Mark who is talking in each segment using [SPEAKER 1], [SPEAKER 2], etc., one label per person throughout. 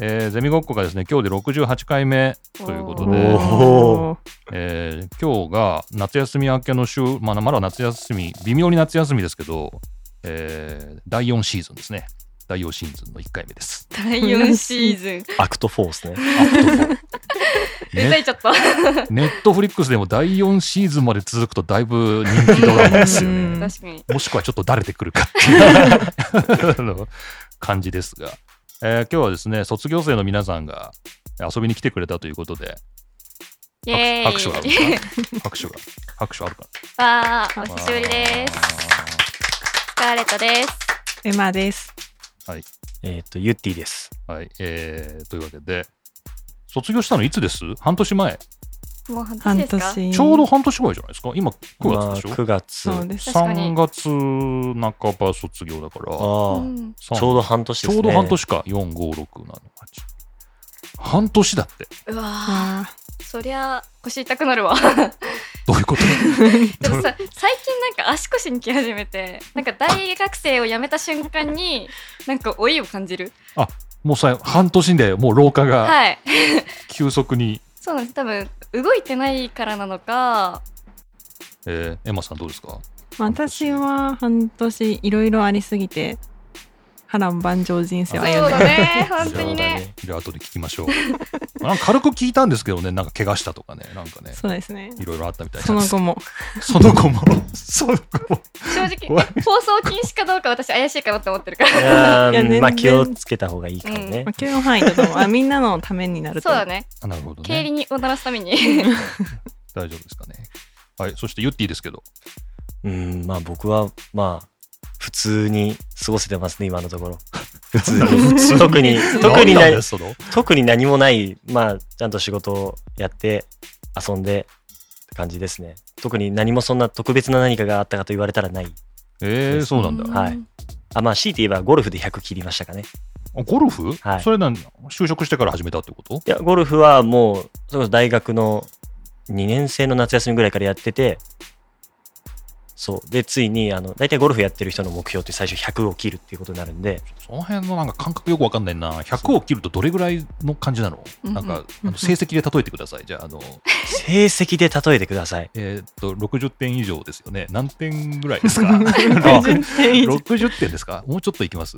[SPEAKER 1] えーゼミごっこがですね今日で68回目ということで
[SPEAKER 2] おー、お
[SPEAKER 1] えー今日が夏休み明けの週、まあ、まだ夏休み微妙に夏休みですけど、えー第4シーズンですね第4シーズンの1回目です
[SPEAKER 3] 第4シ ーズン
[SPEAKER 2] アクト4ですね。
[SPEAKER 3] 歌いちゃった
[SPEAKER 1] ネットフリックスでも第4シーズンまで続くとだいぶ人気ドラマですよね
[SPEAKER 2] うん
[SPEAKER 3] 確かに
[SPEAKER 1] もしくはちょっとだれてくるかっていう あの感じですが、えー今日はですね卒業生の皆さんが遊びに来てくれたということで
[SPEAKER 3] イエーイ
[SPEAKER 1] 拍手があるの かな拍手が拍手あるか
[SPEAKER 3] わー
[SPEAKER 1] な
[SPEAKER 3] お久しぶりですスカーレットです
[SPEAKER 4] エマです。
[SPEAKER 2] えっと、ユッティです。
[SPEAKER 1] あーはいえーというわけで卒業したのいつです半年前
[SPEAKER 3] もう半年
[SPEAKER 4] 半
[SPEAKER 3] ですか
[SPEAKER 4] 年。
[SPEAKER 1] ちょうど半年前じゃないですか今9
[SPEAKER 2] まあ
[SPEAKER 1] 月でしょ、
[SPEAKER 2] 9月。
[SPEAKER 4] そうです。
[SPEAKER 3] 確か
[SPEAKER 1] 3
[SPEAKER 3] に
[SPEAKER 1] 月半ば卒業だから
[SPEAKER 2] ああ
[SPEAKER 3] うん
[SPEAKER 1] さん
[SPEAKER 2] ちょうど半年
[SPEAKER 1] ち
[SPEAKER 2] です
[SPEAKER 1] ょ
[SPEAKER 2] ね。
[SPEAKER 1] うど半年か4567半年だって
[SPEAKER 3] うわ
[SPEAKER 4] あ
[SPEAKER 3] ーそりゃ腰痛くな るわ
[SPEAKER 1] どういうこと
[SPEAKER 3] でもさ最近なんか足腰にき始めてなんか大学生を辞めた瞬間になんか老いを感じる
[SPEAKER 1] もうさ半年でもう老化が
[SPEAKER 3] はい
[SPEAKER 1] 急速に、
[SPEAKER 3] そうなんです多分動いてないからなのか
[SPEAKER 1] えーエマさんどうですか
[SPEAKER 4] ー私は半年いろいろありすぎて波乱万丈人生
[SPEAKER 3] そ
[SPEAKER 4] を
[SPEAKER 3] う
[SPEAKER 1] あ
[SPEAKER 4] 歩
[SPEAKER 3] だ
[SPEAKER 4] んでます
[SPEAKER 3] ね本当
[SPEAKER 2] そうだ
[SPEAKER 3] にね
[SPEAKER 2] ね。
[SPEAKER 1] じゃあ後で聞きましょう なんか軽く聞いたんですけどねなんか怪我したとかねなんかね
[SPEAKER 4] そうですね。
[SPEAKER 1] いろいろあったみたい
[SPEAKER 4] そ
[SPEAKER 1] な
[SPEAKER 4] の
[SPEAKER 1] んです
[SPEAKER 4] 後も。
[SPEAKER 1] その後もその後も
[SPEAKER 3] 正直
[SPEAKER 1] 怖い
[SPEAKER 3] 放送禁止かどうか私怪しいかなって思ってるから
[SPEAKER 2] いや
[SPEAKER 4] いや全
[SPEAKER 2] ー
[SPEAKER 4] 然
[SPEAKER 2] まあ気をつけた方がいいかもね
[SPEAKER 4] まあ。許容範囲だと思う。あみんなのためになると。
[SPEAKER 3] そうだ。ね
[SPEAKER 1] あなるほど
[SPEAKER 3] 経理
[SPEAKER 1] ね
[SPEAKER 3] におならすために
[SPEAKER 1] 大丈夫ですかねはいそしてユッティですけど
[SPEAKER 2] うん、まあ僕は、まあ、普通に過ごせてますね、今のところ。普通
[SPEAKER 1] 普通
[SPEAKER 2] に。
[SPEAKER 1] に
[SPEAKER 2] 特に、特に
[SPEAKER 1] な
[SPEAKER 2] なん
[SPEAKER 1] だよその
[SPEAKER 2] 特に何もない、まあ、ちゃんと仕事をやって、遊んで、って感じですね。特に何もそんな特別な何かがあったかと言われたらない。
[SPEAKER 1] えー、そうなんだ、
[SPEAKER 2] んはいあ、まあ、強いて言えばゴルフで100切りましたかね。
[SPEAKER 1] あゴルフ、
[SPEAKER 2] はい
[SPEAKER 1] それなん就職してから始めたってこと
[SPEAKER 2] いや、ゴルフはもう、それこそ大学の2年生の夏休みぐらいからやってて、そう。で、ついに、あの、大体ゴルフやってる人の目標って最初100を切るっていうことになるんで、
[SPEAKER 1] その辺のなんか感覚よくわかんないな100を切るとどれぐらいの感じなの、
[SPEAKER 3] うんうん
[SPEAKER 1] なんかあの成績で例えてくださいじゃああの
[SPEAKER 2] 成績で例えてください。
[SPEAKER 1] えーっと60点以上ですよね。何点ぐらいです か
[SPEAKER 4] 60点以上
[SPEAKER 1] 60点ですかもうちょっといきます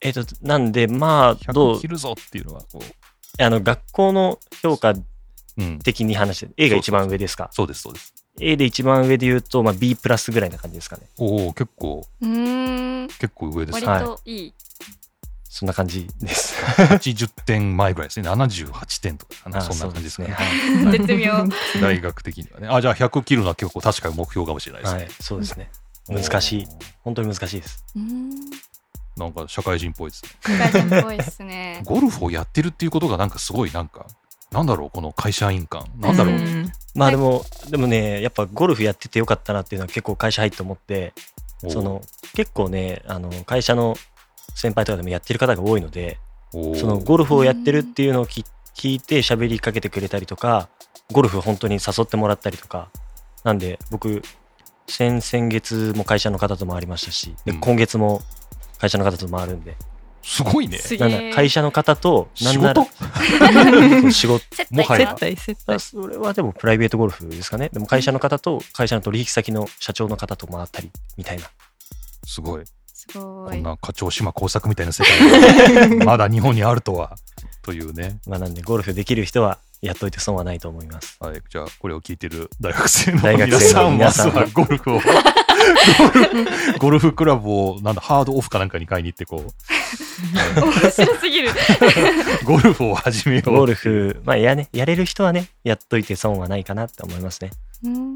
[SPEAKER 2] えっ、と、なんで、まあ、ど
[SPEAKER 1] ?100
[SPEAKER 2] う
[SPEAKER 1] 切、るぞっていうのはこう、
[SPEAKER 2] あの、学校の評価
[SPEAKER 1] うん、
[SPEAKER 2] 的に話して、A が一番上ですか。
[SPEAKER 1] そうですそうです。
[SPEAKER 2] A で一番上で言うと、まあ、B プラスぐらいな感じですかね。
[SPEAKER 1] おお結構
[SPEAKER 3] うーん
[SPEAKER 1] 結構上です
[SPEAKER 3] 割
[SPEAKER 1] ね。
[SPEAKER 3] といい、
[SPEAKER 2] そんな感じです。
[SPEAKER 1] 80点前ぐらいですね。78点とかかな
[SPEAKER 2] あ
[SPEAKER 1] そんな感じです
[SPEAKER 2] そう
[SPEAKER 1] ね。
[SPEAKER 2] はい
[SPEAKER 3] 絶妙
[SPEAKER 1] 大学的にはね。あじゃあ100切るのは結構確かに目標かもしれないです
[SPEAKER 2] は
[SPEAKER 1] ね
[SPEAKER 2] い。、 そうですね。難しい。本当に難しいです。
[SPEAKER 3] うーん
[SPEAKER 1] おー。なんか社会人っぽいですね。
[SPEAKER 3] 社会人っぽいっすね
[SPEAKER 1] ゴルフをやってるっていうことがなんかすごいなんかなんだろうこの会社員感なんだろう、
[SPEAKER 3] うん
[SPEAKER 2] まあでも、でもね、やっぱゴルフやっててよかったなっていうのは結構会社入って思って、
[SPEAKER 1] おー
[SPEAKER 2] その結構ね、あの会社の先輩とかでもやってる方が多いので、
[SPEAKER 1] おー
[SPEAKER 2] そのゴルフをやってるっていうのをき聞いて喋りかけてくれたりとか、ゴルフ本当に誘ってもらったりとか、なんで僕、先々月も会社の方と回りましたし、で
[SPEAKER 1] うん
[SPEAKER 2] 今月も会社の方と回るんで、
[SPEAKER 1] すごいね
[SPEAKER 3] すげ
[SPEAKER 2] なん
[SPEAKER 3] え
[SPEAKER 2] だ会社の方と、な
[SPEAKER 1] 仕
[SPEAKER 2] んなら
[SPEAKER 1] 事
[SPEAKER 2] 仕事
[SPEAKER 3] 接
[SPEAKER 1] も
[SPEAKER 3] 待
[SPEAKER 1] は
[SPEAKER 3] か
[SPEAKER 1] や
[SPEAKER 4] 接待接
[SPEAKER 2] あ
[SPEAKER 4] 待。
[SPEAKER 2] それはでもプライベートゴルフですかね。でも会社の方と会社の取引先の社長の方と回ったりみたいな。
[SPEAKER 1] すごい
[SPEAKER 3] すご
[SPEAKER 1] こ
[SPEAKER 3] い
[SPEAKER 1] んな課長島工作みたいな世界が まだ日本にあるとはというね、
[SPEAKER 2] まあなんでゴルフできる人はやっといて損はないと思います。
[SPEAKER 1] はい、じゃあこれを聞いてる大学生の
[SPEAKER 2] 大学
[SPEAKER 1] 皆
[SPEAKER 2] 生
[SPEAKER 1] さ
[SPEAKER 2] の
[SPEAKER 1] んま
[SPEAKER 2] 皆
[SPEAKER 1] ず
[SPEAKER 2] さん
[SPEAKER 1] はゴルフをゴルフゴルフクラブをなんだハードオフかなんかに買いに行ってこ
[SPEAKER 3] 面白すぎる
[SPEAKER 1] うゴルフを始めよう
[SPEAKER 2] ゴルフ、まあやね、やれる人はね、やっといて損はないかなって思いますね。
[SPEAKER 3] うーん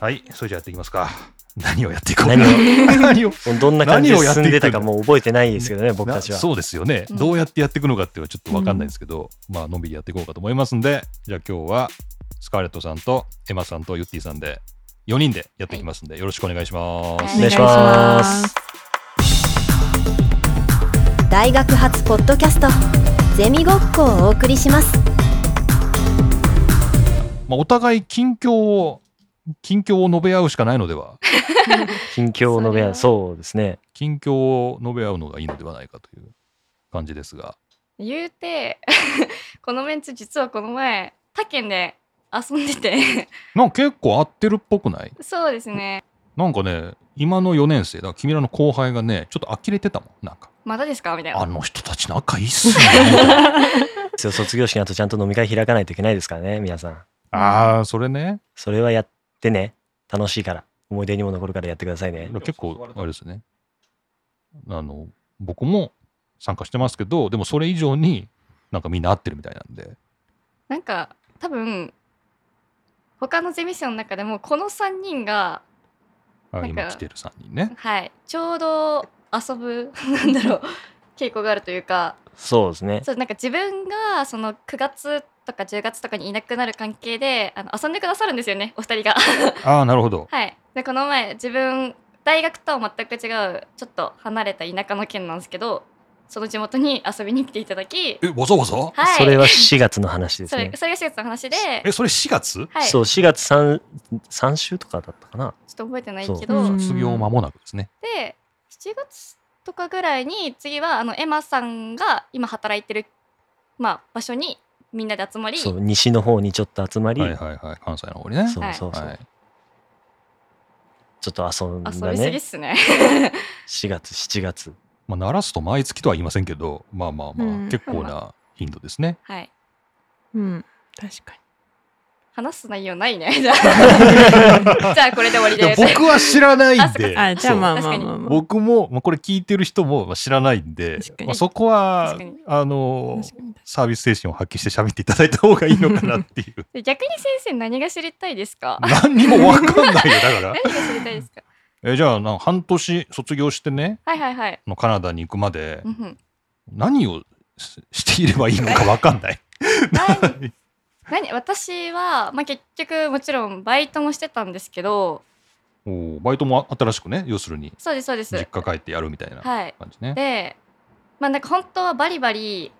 [SPEAKER 1] はいそれじゃあやっていきますか何をやっていこう
[SPEAKER 2] 何
[SPEAKER 1] を 何を
[SPEAKER 2] もう どんな感じで
[SPEAKER 1] 何をやってい
[SPEAKER 2] 進
[SPEAKER 1] く
[SPEAKER 2] ん
[SPEAKER 1] んだ
[SPEAKER 2] でたかもう覚えてないですけどね、僕たち
[SPEAKER 1] な
[SPEAKER 2] は。
[SPEAKER 1] そうですよね、
[SPEAKER 3] うん
[SPEAKER 1] どうやってやっていくのかっていうのはちょっと分かんないですけど、まあのんびりやっていこうかと思いますんでじゃあ今日はスカーレットさんとエマさんとユッティさんで4人でやっていきますんで、よろしくお願いします。
[SPEAKER 2] お願いしま
[SPEAKER 4] お願いします
[SPEAKER 2] す。
[SPEAKER 5] 大学発ポッドキャストゼミごっこをお送りします
[SPEAKER 1] まあ、お互い近況を近況を述べ合うしかないのでは
[SPEAKER 2] 近況の
[SPEAKER 3] そ
[SPEAKER 2] 部
[SPEAKER 3] れ
[SPEAKER 2] 屋、
[SPEAKER 3] は
[SPEAKER 2] そうですね。
[SPEAKER 1] 近況を述べ合うのがいいのではないかという感じですが、
[SPEAKER 3] 言うてこのメンツ実はこの前他県で遊んでて
[SPEAKER 1] なんか結構合ってるっぽくない
[SPEAKER 3] そうですね
[SPEAKER 1] なんかね今の4年生だから君らの後輩がねちょっと呆れてたもんなんか
[SPEAKER 3] まだですかみたい
[SPEAKER 1] あ
[SPEAKER 3] な
[SPEAKER 1] の人たち仲いいっすね
[SPEAKER 2] ですよ卒業式の後ちゃんと飲み会開かないといけないですからね皆さん
[SPEAKER 1] ああそれね
[SPEAKER 2] それはやってね楽しいから思い出にも残るからやってくださいね
[SPEAKER 1] 結構あれですねあの僕も参加してますけどでもそれ以上になんかみんな合ってるみたいなんで
[SPEAKER 3] なんか多分他のゼミ生の中でもこの3人が
[SPEAKER 1] あ
[SPEAKER 3] なんか
[SPEAKER 1] 今来てる3人ね
[SPEAKER 3] はいちょうど遊ぶなんだろう傾向があるというか
[SPEAKER 2] そうですね
[SPEAKER 3] そうなんか自分がその9月とか10月とかにいなくなる関係であの遊んでくださるんですよねお二人が
[SPEAKER 1] ああなるほど
[SPEAKER 3] はいでこの前自分大学とは全く違うちょっと離れた田舎の県なんですけどその地元に遊びに来ていただき
[SPEAKER 1] えわざわざ、
[SPEAKER 3] はい
[SPEAKER 2] それは4月の話です
[SPEAKER 3] それ
[SPEAKER 2] ね
[SPEAKER 3] それが4月の話で
[SPEAKER 1] えそれ4月
[SPEAKER 3] はいち
[SPEAKER 2] そ
[SPEAKER 3] ょ
[SPEAKER 2] う
[SPEAKER 3] っ
[SPEAKER 2] 4月 3, 3週とかだったかな
[SPEAKER 3] と覚えてないけ
[SPEAKER 4] う
[SPEAKER 3] ど
[SPEAKER 4] ん
[SPEAKER 1] 卒業間もなくですね
[SPEAKER 3] で7月とかぐらいに次はあのエマさんが今働いてる、まあ、場所にみんなで集まり
[SPEAKER 2] そう西の方にちょっと集まり、
[SPEAKER 1] はいはいはい関西の方にね
[SPEAKER 2] そう
[SPEAKER 3] はい
[SPEAKER 2] そうそう、
[SPEAKER 1] はい
[SPEAKER 2] ちょっと遊んだ
[SPEAKER 3] 遊びすぎっ
[SPEAKER 2] ね
[SPEAKER 3] すね
[SPEAKER 2] 4月7月
[SPEAKER 1] まあ、鳴らすと毎月とは言いませんけどまあまあまあ、
[SPEAKER 4] うん
[SPEAKER 1] 結構な頻度ですね
[SPEAKER 3] はい
[SPEAKER 4] うん。確か
[SPEAKER 3] 話す内容ないね じゃあじゃあこれで終わり
[SPEAKER 1] いや
[SPEAKER 3] です
[SPEAKER 1] 僕は知らないんで
[SPEAKER 4] に。あ、じゃあまあまあ
[SPEAKER 3] そう
[SPEAKER 4] まあまあ。
[SPEAKER 1] 僕も、まあ、これ聞いてる人もまあ知らないんで
[SPEAKER 4] 確か、に
[SPEAKER 1] まあ、そこは
[SPEAKER 3] 確かに
[SPEAKER 1] あの
[SPEAKER 4] 確かに
[SPEAKER 1] サービス精神を発揮して喋っていただいた方がいいのかなって いう
[SPEAKER 3] で逆に先生何が知りたいですか
[SPEAKER 1] 何にも分かんないよだから
[SPEAKER 3] 何が知りたいですか
[SPEAKER 1] えじゃあな半年卒業してね
[SPEAKER 3] はいはいはい、
[SPEAKER 1] のカナダに行くまで
[SPEAKER 3] うんうん、
[SPEAKER 1] 何をししていればいいのか分かんない
[SPEAKER 3] 何何私は、まあ、結局もちろんバイトもしてたんですけど
[SPEAKER 1] おーバイトも新しくね要するに
[SPEAKER 3] そうですそうです
[SPEAKER 1] 実家帰ってやるみたいな感
[SPEAKER 3] はい
[SPEAKER 1] じね、
[SPEAKER 3] でまあなんか本当はバリバリ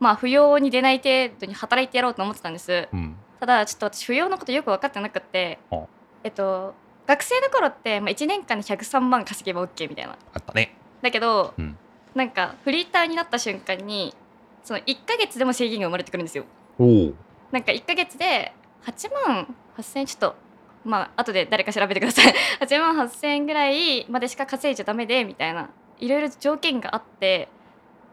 [SPEAKER 3] まあ扶養に出ない程度に働いてやろうと思ってたんです
[SPEAKER 1] うん
[SPEAKER 3] ただちょっと私扶養のことよく分かってなくって
[SPEAKER 1] あ
[SPEAKER 3] えっと学生の頃って、まあ、1年間で103万稼げば OK みたいな
[SPEAKER 1] あったね
[SPEAKER 3] だけど、
[SPEAKER 1] うん
[SPEAKER 3] なんかフリーターになった瞬間にその1ヶ月でも制限が生まれてくるんですよ
[SPEAKER 1] おお
[SPEAKER 3] なんか1ヶ月で8万8000円ちょっとまあ後で誰か調べてください 8万8000円ぐらいまでしか稼いじゃダメでみたいないろいろ条件があって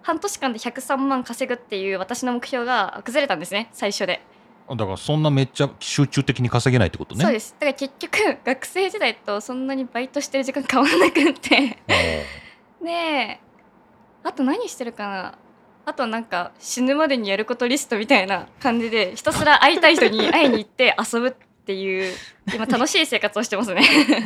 [SPEAKER 3] 半年間で103万稼ぐっていう私の目標が崩れたんですね最初で、
[SPEAKER 1] だからそんなめっちゃ集中的に稼げないってことね。
[SPEAKER 3] そうですだから結局学生時代とそんなにバイトしてる時間変わらなくってねえあと何してるかなあとなんか死ぬまでにやることリストみたいな感じでひたすら会いたい人に会いに行って遊ぶっていう今楽しい生活をしてますね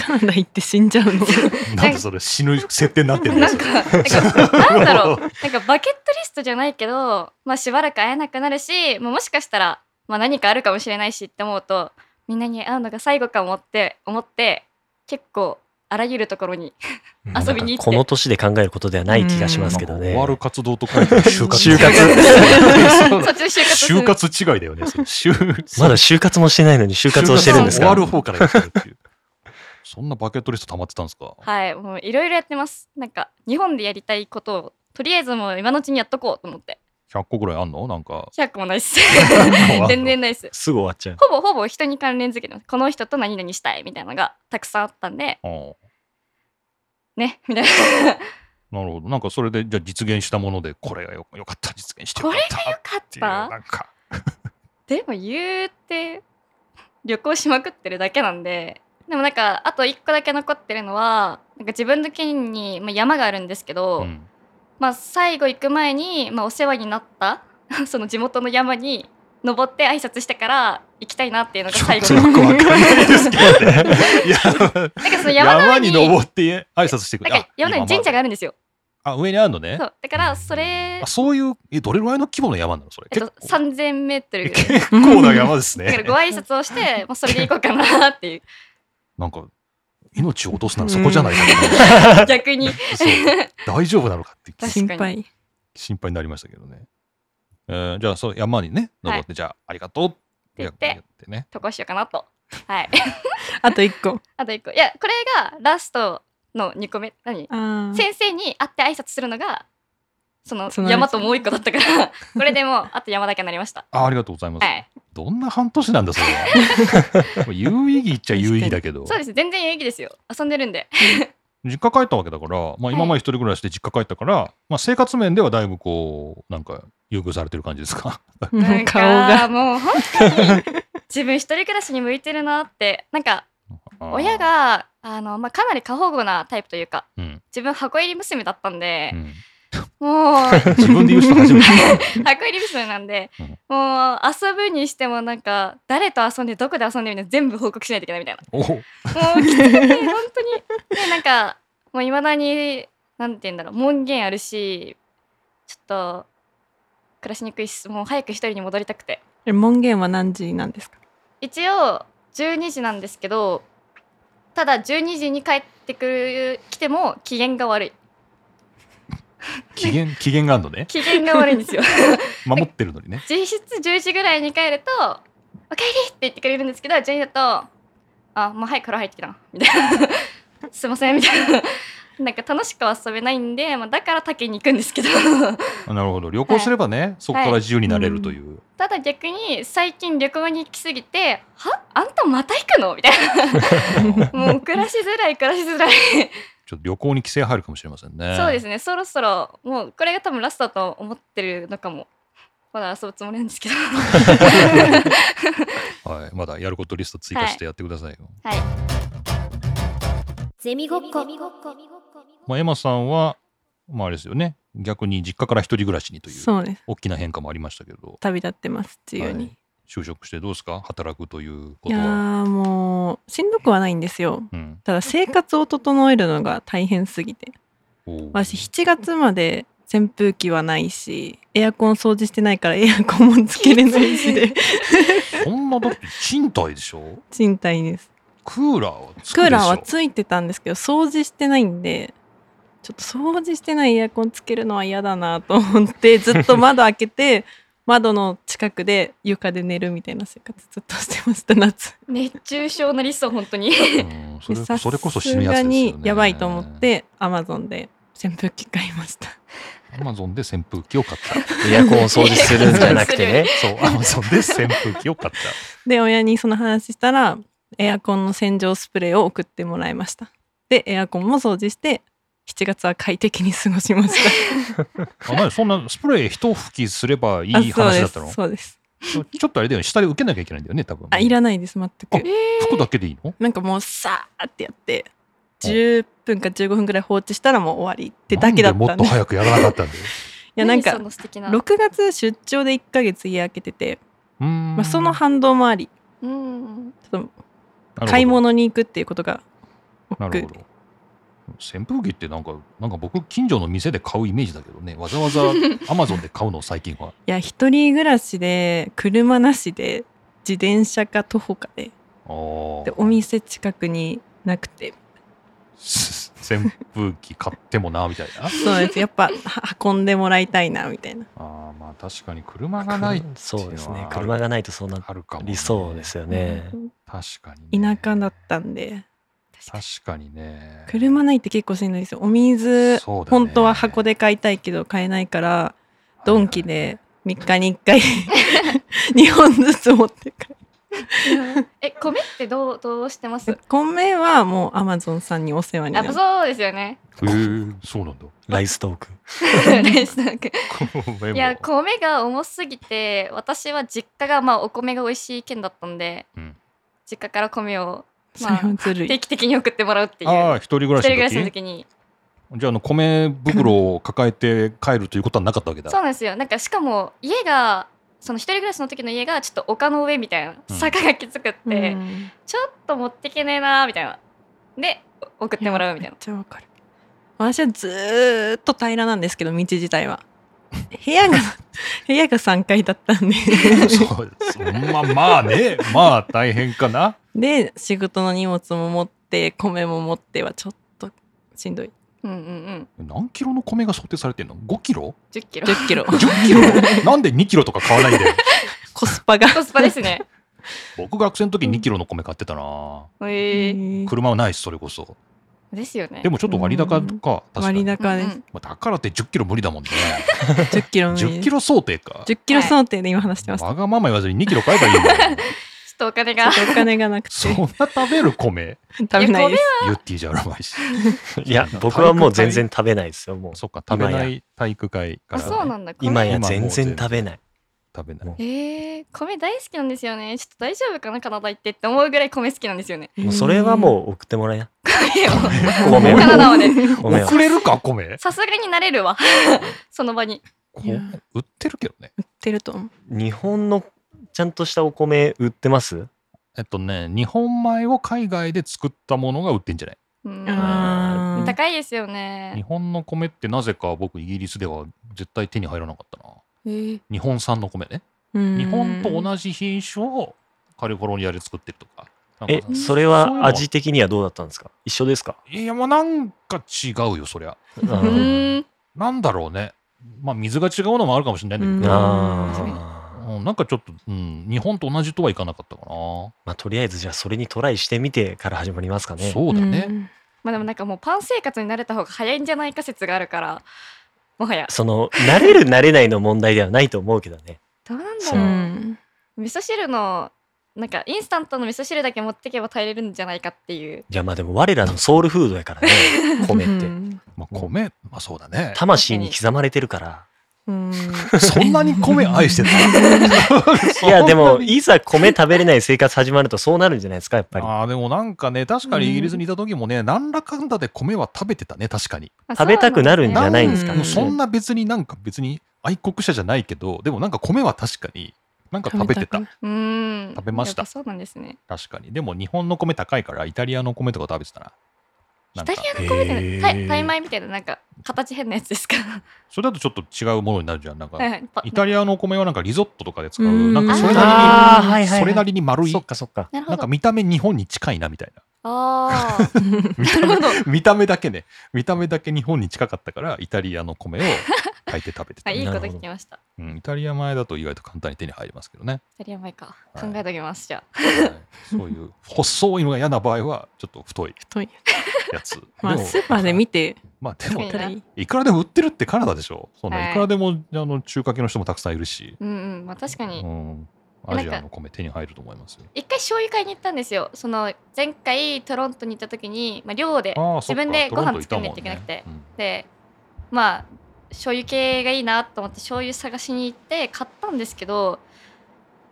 [SPEAKER 4] カナダ行って死んじゃうの。
[SPEAKER 1] おーなんでそれ死ぬ設定になってるん
[SPEAKER 3] な
[SPEAKER 1] で
[SPEAKER 3] ん
[SPEAKER 1] す
[SPEAKER 3] かなんかなんだろうなんかバケットリストじゃないけど、まあ、しばらく会えなくなるし、まあ、もしかしたら、まあ、何かあるかもしれないしって思うとみんなに会うのが最後かもって思って結構あらゆるところに遊びに行って
[SPEAKER 2] この年で考えることではない気がしますけどね
[SPEAKER 1] 終わる活動と書いてある就活。
[SPEAKER 2] 就 活
[SPEAKER 1] そう
[SPEAKER 3] そっちの就活する
[SPEAKER 1] 就活違いだよね。それ就
[SPEAKER 2] まだ就活もしてないのに就活をしてるんです
[SPEAKER 1] 終
[SPEAKER 2] か
[SPEAKER 1] わる方からやってるっていう。そんなバケットリスト溜まってたんですか。
[SPEAKER 3] はい、もういろいろやってます。なんか日本でやりたいことをとりあえずもう今のうちにやっとこうと思って。
[SPEAKER 1] 100個ぐらいあんのなんか。
[SPEAKER 3] 100個もないっ す。
[SPEAKER 1] わ
[SPEAKER 3] 全然ないっす。
[SPEAKER 2] すぐ終わっちゃう
[SPEAKER 3] ほぼほぼ人に関連づけてます。この人と何々したいみたいなのがたくさんあったんで、
[SPEAKER 1] あー
[SPEAKER 3] ね、みたいな。
[SPEAKER 1] なるほど。なんかそれでじゃあ実現したものでこれがよよかった実現してよ
[SPEAKER 3] こ
[SPEAKER 1] か
[SPEAKER 3] れ
[SPEAKER 1] った
[SPEAKER 3] が良かっ
[SPEAKER 1] っていう
[SPEAKER 3] た
[SPEAKER 1] なんか
[SPEAKER 3] でも言うて旅行しまくってるだけなんででもなんかあと1個だけ残ってるのはなんか自分の県に、まあ、山があるんですけど、
[SPEAKER 1] うん
[SPEAKER 3] まあ、最後行く前に、まあ、お世話になった その地元の山に登って挨拶してから行きたいなっていうのが
[SPEAKER 1] ちょ
[SPEAKER 3] 最
[SPEAKER 1] っ
[SPEAKER 3] 後
[SPEAKER 1] と
[SPEAKER 3] の
[SPEAKER 1] よくわかんないですけど ね。いや
[SPEAKER 3] なんかその山の
[SPEAKER 1] 山
[SPEAKER 3] 上
[SPEAKER 1] に
[SPEAKER 3] に
[SPEAKER 1] 登って挨拶してくる。
[SPEAKER 3] なんか山の上に神社が
[SPEAKER 1] が
[SPEAKER 3] あるんですよ。
[SPEAKER 1] あ上にあるのね
[SPEAKER 3] そ。うだからそれ
[SPEAKER 1] あ、そういうえどれぐらいの規模の山なのそれ。
[SPEAKER 3] えっと、
[SPEAKER 1] 結構
[SPEAKER 3] 3000メートルぐらい
[SPEAKER 1] 結構な山です
[SPEAKER 3] だから
[SPEAKER 1] ね。
[SPEAKER 3] ご挨拶をして もうそれで行こうかなっていう
[SPEAKER 1] なんか命を落とすならそこじゃないかと思
[SPEAKER 3] 逆に
[SPEAKER 1] ってそう大丈夫なのかって
[SPEAKER 3] 確かに
[SPEAKER 4] 心配。
[SPEAKER 1] 心配になりましたけどね。えーじゃあそう山にね登って、じゃあありがとうって
[SPEAKER 3] 言って
[SPEAKER 1] ってね。
[SPEAKER 3] 渡航しようかなと。はい。
[SPEAKER 4] あと一個。
[SPEAKER 3] あと一個いやこれがラストの2個目何
[SPEAKER 4] ああ。
[SPEAKER 3] 先生に会って挨拶するのがその
[SPEAKER 4] その
[SPEAKER 3] 山ともう一個だったからこれでもうあと山だけになりました
[SPEAKER 1] あありがとうございます。
[SPEAKER 3] はい
[SPEAKER 1] どんな半年なんだ、それは。 有意義っちゃ有意義だけど。
[SPEAKER 3] そうです全然有意義ですよ遊んでるんで
[SPEAKER 1] 実家帰ったわけだから、まあ、今まで一人暮らしで実家帰ったから、まあ、生活面ではだいぶこうなんか優遇されてる感じですか
[SPEAKER 4] もう顔が。
[SPEAKER 3] もう本当に自分一人暮らしに向いてるなってなんか親、があの、まあ、かなり過保護なタイプというか
[SPEAKER 1] うん
[SPEAKER 3] 自分箱入り娘だったんで
[SPEAKER 1] う、ん、
[SPEAKER 3] もう
[SPEAKER 1] 自分で言う人初めて
[SPEAKER 3] 箱入り娘なんで、
[SPEAKER 1] うん
[SPEAKER 3] もう遊ぶにしてもなんか誰と遊んでどこで遊んでみたいな全部報告しないといけないみたいな
[SPEAKER 1] おう
[SPEAKER 3] もうきつくて本当にでなんかもういまだになんて言うんだろう門限あるしちょっと暮らしにくいしもう早く一人に戻りたくて
[SPEAKER 4] え門限は何時なんですか
[SPEAKER 3] 一応12時なんですけどただ12時に帰ってくる来ても機嫌が悪い
[SPEAKER 1] 機嫌機嫌があるのね
[SPEAKER 3] 機嫌が悪いんですよ
[SPEAKER 1] 守ってるのにね
[SPEAKER 3] 実質10時ぐらいに帰ると「おかえり!」って言ってくれるんですけど12時だと「あもう早く風呂入ってきたな」みたいな「すいません」みたいな。なんか楽しくは遊べないんで、まあ、だから竹に行くんですけど
[SPEAKER 1] なるほど旅行すればね、そこから自由になれるという、
[SPEAKER 3] ただ逆に最近旅行に行きすぎて「はあんたまた行くの?」みたい
[SPEAKER 1] あ
[SPEAKER 3] なもう暮らしづらい暮らしづらい
[SPEAKER 1] ちょっと旅行に規制入るかもしれませんね
[SPEAKER 3] そうですねそろそろもうこれが多分ラストだと思ってるのかもまだ遊ぶつもりなんですけど
[SPEAKER 1] はい、まだやることリスト追加してやってくださいよ、
[SPEAKER 3] はい
[SPEAKER 5] ゼミごっこ
[SPEAKER 1] まあエマさんはまああれですよね逆に実家から一人暮らしにという
[SPEAKER 4] そうです。
[SPEAKER 1] 大きな変化もありましたけど
[SPEAKER 4] 旅立ってます、自由に。
[SPEAKER 1] はい
[SPEAKER 4] い、
[SPEAKER 1] 就職してどうですか働くということ
[SPEAKER 4] や
[SPEAKER 1] は、
[SPEAKER 4] ーもう、しんどくはないんですよ。
[SPEAKER 1] うん、
[SPEAKER 4] ただ生活を整えるのが大変すぎて。
[SPEAKER 1] おう
[SPEAKER 4] 私、7月まで扇風機はないし、エアコン掃除してないからエアコンもつけれない しで、
[SPEAKER 1] そんなだって賃貸でしょ
[SPEAKER 4] 賃貸です。
[SPEAKER 1] クーラーはつくでしょ
[SPEAKER 4] クーラーはついてたんですけど、掃除してないんで、ちょっと掃除してないエアコンつけるのは嫌だなと 思って、ずっと窓開けて、窓の近くで床で寝るみたいな生活ずっとしてました、夏。
[SPEAKER 3] 熱中症なりそう本当に
[SPEAKER 1] うんそれ
[SPEAKER 4] でさ
[SPEAKER 1] それこそ死ぬやつですよ、ね
[SPEAKER 4] す、がにやばいと思ってアマゾンで扇風機買いました
[SPEAKER 1] アマゾンで扇風機を買った
[SPEAKER 2] エアコンを掃除するんじゃなくてね。
[SPEAKER 1] そうアマゾンで扇風機を買った
[SPEAKER 4] で親にその話したらエアコンの洗浄スプレーを送ってもらいましたでエアコンも掃除して7月は快適に過ごしまし
[SPEAKER 1] あ何そんなスプレー一吹きすれば い
[SPEAKER 4] た
[SPEAKER 1] い話だった
[SPEAKER 4] あ
[SPEAKER 1] の
[SPEAKER 4] そうですそうです
[SPEAKER 1] ちょちょっとあれだよね下で受けなきゃいけないんだよね多分
[SPEAKER 4] あいらないです全 く
[SPEAKER 1] 服だけでいいの
[SPEAKER 4] なんかもうさーってやって10分か15分ぐらい放置したらもう終わりってだけだっ
[SPEAKER 1] なん
[SPEAKER 4] たん
[SPEAKER 1] でも
[SPEAKER 4] で
[SPEAKER 1] っと早くやらなかった んだよ
[SPEAKER 4] いやなん
[SPEAKER 3] 何
[SPEAKER 4] か
[SPEAKER 3] その素敵な
[SPEAKER 4] 6月出張で1ヶ月家開けてて、
[SPEAKER 1] うーん
[SPEAKER 4] まあ、その反動もあり
[SPEAKER 3] うん
[SPEAKER 4] ちょっと
[SPEAKER 1] なるほど
[SPEAKER 4] 買い物に行くっていうことが
[SPEAKER 1] な
[SPEAKER 4] 多
[SPEAKER 1] る
[SPEAKER 4] く
[SPEAKER 1] ほど扇風機ってなんかなんか僕近所の店で買うイメージだけどねわざわざアマゾンで買うの最近はい
[SPEAKER 4] や一人暮らしで車なしで自転車か徒歩かで
[SPEAKER 1] あー
[SPEAKER 4] でお店近くになくて
[SPEAKER 1] 扇風機買ってもなみたいな
[SPEAKER 4] そうですやっぱは運んでもらいたいなみたいな
[SPEAKER 1] あーまあ確かに車がないってい
[SPEAKER 2] そうですね。
[SPEAKER 1] うの
[SPEAKER 2] 車
[SPEAKER 1] は
[SPEAKER 2] がないとそうな
[SPEAKER 1] あるかもね、
[SPEAKER 2] りそうですよね。
[SPEAKER 1] 確かにね、
[SPEAKER 4] 田舎だったんで
[SPEAKER 1] 確かにね
[SPEAKER 4] 車ないって結構しんどいですよお水
[SPEAKER 1] そうだね
[SPEAKER 4] 本当は箱で買いたいけど買えないからドンキで3日に1回 2本ずつ持って帰る
[SPEAKER 3] え米ってどうどうしてます
[SPEAKER 4] 米はもうアマゾンさんにお世話にな
[SPEAKER 3] あ
[SPEAKER 4] って
[SPEAKER 3] そうですよね
[SPEAKER 1] へーそうなんだ
[SPEAKER 2] ライストーク。
[SPEAKER 3] レスなんか
[SPEAKER 1] 米も
[SPEAKER 3] いや米が重すぎて私は実家がまあお米が美味しい県だったんで、
[SPEAKER 1] うん
[SPEAKER 3] 実家から米を
[SPEAKER 4] それはずるい、
[SPEAKER 3] 定期的に送ってもらうっていう
[SPEAKER 1] ああ一
[SPEAKER 3] 一
[SPEAKER 1] 人暮ら
[SPEAKER 3] 人
[SPEAKER 1] しの
[SPEAKER 3] 暮ら
[SPEAKER 1] 時
[SPEAKER 3] しの時に
[SPEAKER 1] じゃああの米袋を抱えて帰るということはなかったわけだ
[SPEAKER 3] そうなんですよなんかしかも家がその一人暮らしの時の家がちょっと丘の上みたいな
[SPEAKER 1] うん
[SPEAKER 3] 坂がきつくって、
[SPEAKER 4] うん
[SPEAKER 3] ちょっと持ってけねえなーみたいなで送ってもらうみたい
[SPEAKER 4] め
[SPEAKER 3] な
[SPEAKER 4] っちゃわかる私はずーっと平らなんですけど道自 体は部屋が部屋が3階だったんで
[SPEAKER 1] そうそうまあまあねまあ大変かな
[SPEAKER 4] で仕事の荷物も持って米も持ってはちょっとしんどい
[SPEAKER 3] うんうんうん
[SPEAKER 1] 何キロの米が想定されてんの5キロ
[SPEAKER 3] 1 0キロ
[SPEAKER 4] 1 0キロ
[SPEAKER 1] 10キロ なんで2キロとか買わないんだよ
[SPEAKER 4] コスパが
[SPEAKER 3] コスパですね
[SPEAKER 1] 僕学生の時2キロの米買ってたな
[SPEAKER 3] へえ
[SPEAKER 4] うん
[SPEAKER 1] 車はないしそれこそ
[SPEAKER 3] ですよね
[SPEAKER 1] でもちょっと割高か、確かに。
[SPEAKER 4] 割
[SPEAKER 1] ま
[SPEAKER 4] 高で
[SPEAKER 3] うんう
[SPEAKER 4] す
[SPEAKER 3] ん。
[SPEAKER 1] あ、だからって10キロ無理だもんね。
[SPEAKER 4] 10キロ無理
[SPEAKER 1] 10キロ想定か。
[SPEAKER 4] 10キロ想定で今話してます。
[SPEAKER 1] わがまま言わずに2キロ買えばいいんだよ。
[SPEAKER 3] ちょっとお金
[SPEAKER 4] ちょ
[SPEAKER 3] が
[SPEAKER 4] っとお金がなくて
[SPEAKER 1] そんな食べる米、
[SPEAKER 4] 食べないです。
[SPEAKER 1] ユッティじゃあるまいし。
[SPEAKER 2] いや、僕はもう全然食べないですよ、もう。
[SPEAKER 1] そっか、食べない体育会か
[SPEAKER 3] あ
[SPEAKER 1] ら。
[SPEAKER 3] そうなんだ米
[SPEAKER 2] 今や
[SPEAKER 1] 今もう
[SPEAKER 2] 全
[SPEAKER 1] 全
[SPEAKER 2] 然
[SPEAKER 1] 然
[SPEAKER 2] 食べない。
[SPEAKER 1] 食べない。
[SPEAKER 3] えー、米大好きなんですよねちょっと大丈夫かなカナダ行ってって思うぐらい米好きなんですよね
[SPEAKER 2] もうそれはもう送ってもらえな。
[SPEAKER 3] 米を
[SPEAKER 2] 米
[SPEAKER 3] カナダ
[SPEAKER 2] を。
[SPEAKER 3] まで
[SPEAKER 2] 米を
[SPEAKER 1] 送。れるか、米。
[SPEAKER 3] さすがになれるわ その場に
[SPEAKER 1] こ
[SPEAKER 4] いや
[SPEAKER 1] 売ってるけどね。
[SPEAKER 4] 売ってると思う。
[SPEAKER 2] 日本のちゃんとしたお米売ってます
[SPEAKER 1] えっとね、日本米を海外で作ったものが売ってんじゃない
[SPEAKER 3] うん
[SPEAKER 4] あー
[SPEAKER 3] 高いですよ
[SPEAKER 1] 日
[SPEAKER 3] ね
[SPEAKER 1] 本の米ってなぜか僕イギリスでは絶対手に入らなかったな
[SPEAKER 4] えー
[SPEAKER 1] 日本産の米ね
[SPEAKER 4] うん
[SPEAKER 1] 日本と同じ品種をカリフォルニアで作ってるとかなん
[SPEAKER 2] え
[SPEAKER 1] か、さ
[SPEAKER 2] それ
[SPEAKER 1] そういう
[SPEAKER 2] は
[SPEAKER 1] の
[SPEAKER 2] 味的にはどうだったんですか一緒ですか
[SPEAKER 1] いやまあなんか違うよそりゃ
[SPEAKER 3] うーん
[SPEAKER 1] なんだろうねまあ水が違うのもあるかもしれないんだけど、
[SPEAKER 2] あー
[SPEAKER 1] うんなんかちょっと、うん、日本と同じとはいかなかったかな、
[SPEAKER 2] まあとりあえずじゃあそれにトライしてみてから始まりますかね。
[SPEAKER 1] そうだね、
[SPEAKER 4] ん
[SPEAKER 3] まあでもなんかもうパン生活に慣れた方が早いんじゃないか説があるからもはや
[SPEAKER 2] その慣れる慣れないの問題ではないと思うけどね。
[SPEAKER 3] どうなんだ
[SPEAKER 2] そ
[SPEAKER 4] うん
[SPEAKER 3] ろう、
[SPEAKER 4] うん
[SPEAKER 3] 味噌汁のなんかインスタントの味噌汁だけ持ってけば耐えれるんじゃないかっていう
[SPEAKER 2] いやまあでも我らのソウルフードやからね米っ
[SPEAKER 4] う
[SPEAKER 2] て
[SPEAKER 4] ん
[SPEAKER 1] まあ、米、まあ、そうだね
[SPEAKER 2] 魂に刻まれてるから
[SPEAKER 4] うん
[SPEAKER 1] そんなに米愛してた
[SPEAKER 2] いやでもいざ米食べれない生活始まるとそうなるんじゃないですかやっぱり
[SPEAKER 1] あーでもなんかね確かにイギリスにいた時もね、なんだかんだで米は食べてたね確かに
[SPEAKER 3] まあ
[SPEAKER 2] 食べたくなるんじ
[SPEAKER 3] そう
[SPEAKER 2] ゃ
[SPEAKER 3] ん
[SPEAKER 2] な
[SPEAKER 3] だ
[SPEAKER 2] い
[SPEAKER 3] よ
[SPEAKER 2] ん
[SPEAKER 3] ね
[SPEAKER 2] ですか
[SPEAKER 1] も
[SPEAKER 2] ね
[SPEAKER 1] うそんな別になんか別に愛国者じゃないけどでもなんか米は確かになんか食べてた
[SPEAKER 4] 食べ
[SPEAKER 3] うーん
[SPEAKER 1] 食べました
[SPEAKER 3] やっぱそうなんですね
[SPEAKER 1] 確かにでも日本の米高いからイタリアの米とか食べてたなな
[SPEAKER 3] イ
[SPEAKER 1] んか
[SPEAKER 3] タリアの米って
[SPEAKER 2] へー
[SPEAKER 3] ねタイタイ米みたいななんか形変なやつですか
[SPEAKER 1] それだとちょっと違うものになるじゃんなんか
[SPEAKER 3] はいはいパ
[SPEAKER 1] イタリアのお米はなんかリゾットとかで使う
[SPEAKER 4] うん
[SPEAKER 1] なんかそれな
[SPEAKER 2] あーはい
[SPEAKER 1] り
[SPEAKER 2] はい
[SPEAKER 1] に
[SPEAKER 2] はい
[SPEAKER 1] それなりに丸い
[SPEAKER 2] そっかそっか
[SPEAKER 3] なるほ
[SPEAKER 1] なんか
[SPEAKER 3] ど
[SPEAKER 1] 見た目日本に近いなみたいな
[SPEAKER 3] ああ
[SPEAKER 1] 見た
[SPEAKER 3] なる
[SPEAKER 1] 目
[SPEAKER 3] ほど
[SPEAKER 1] 見た目だけね見た目だけ日本に近かったからイタリアの米を炊いて食べて
[SPEAKER 3] あ
[SPEAKER 1] た、
[SPEAKER 3] いい
[SPEAKER 2] な
[SPEAKER 3] こ
[SPEAKER 2] る
[SPEAKER 3] と
[SPEAKER 2] ほど
[SPEAKER 3] 聞きました
[SPEAKER 1] うん、イタリア米だと意外と簡単に手に入りますけどね
[SPEAKER 3] イタリア米か
[SPEAKER 1] は
[SPEAKER 3] 考
[SPEAKER 1] い
[SPEAKER 3] えときますじゃあ
[SPEAKER 1] はいそういう細いのが嫌な場合はちょっと太い
[SPEAKER 4] 太い
[SPEAKER 1] や つ
[SPEAKER 4] まあ
[SPEAKER 1] でも
[SPEAKER 4] スーパーで見て
[SPEAKER 1] まあでも
[SPEAKER 3] 確か
[SPEAKER 4] た
[SPEAKER 1] ね
[SPEAKER 3] に
[SPEAKER 4] らいい
[SPEAKER 1] いくらでも売ってるってカナダでしょそんな
[SPEAKER 3] はい
[SPEAKER 1] いくらでもあの中華系の人もたくさんいるし、
[SPEAKER 3] うんうんまあ確かに
[SPEAKER 1] うん、アジアの米手に入ると思いますよ
[SPEAKER 3] 一回醤油買いに行ったんですよその前回トロントに行った時に、まあ、寮で
[SPEAKER 1] ああ
[SPEAKER 3] 自分でご飯作んないといけなくて、
[SPEAKER 1] そっか
[SPEAKER 3] でまあ醤油系がいいなと思って醤油探しに行って買ったんですけど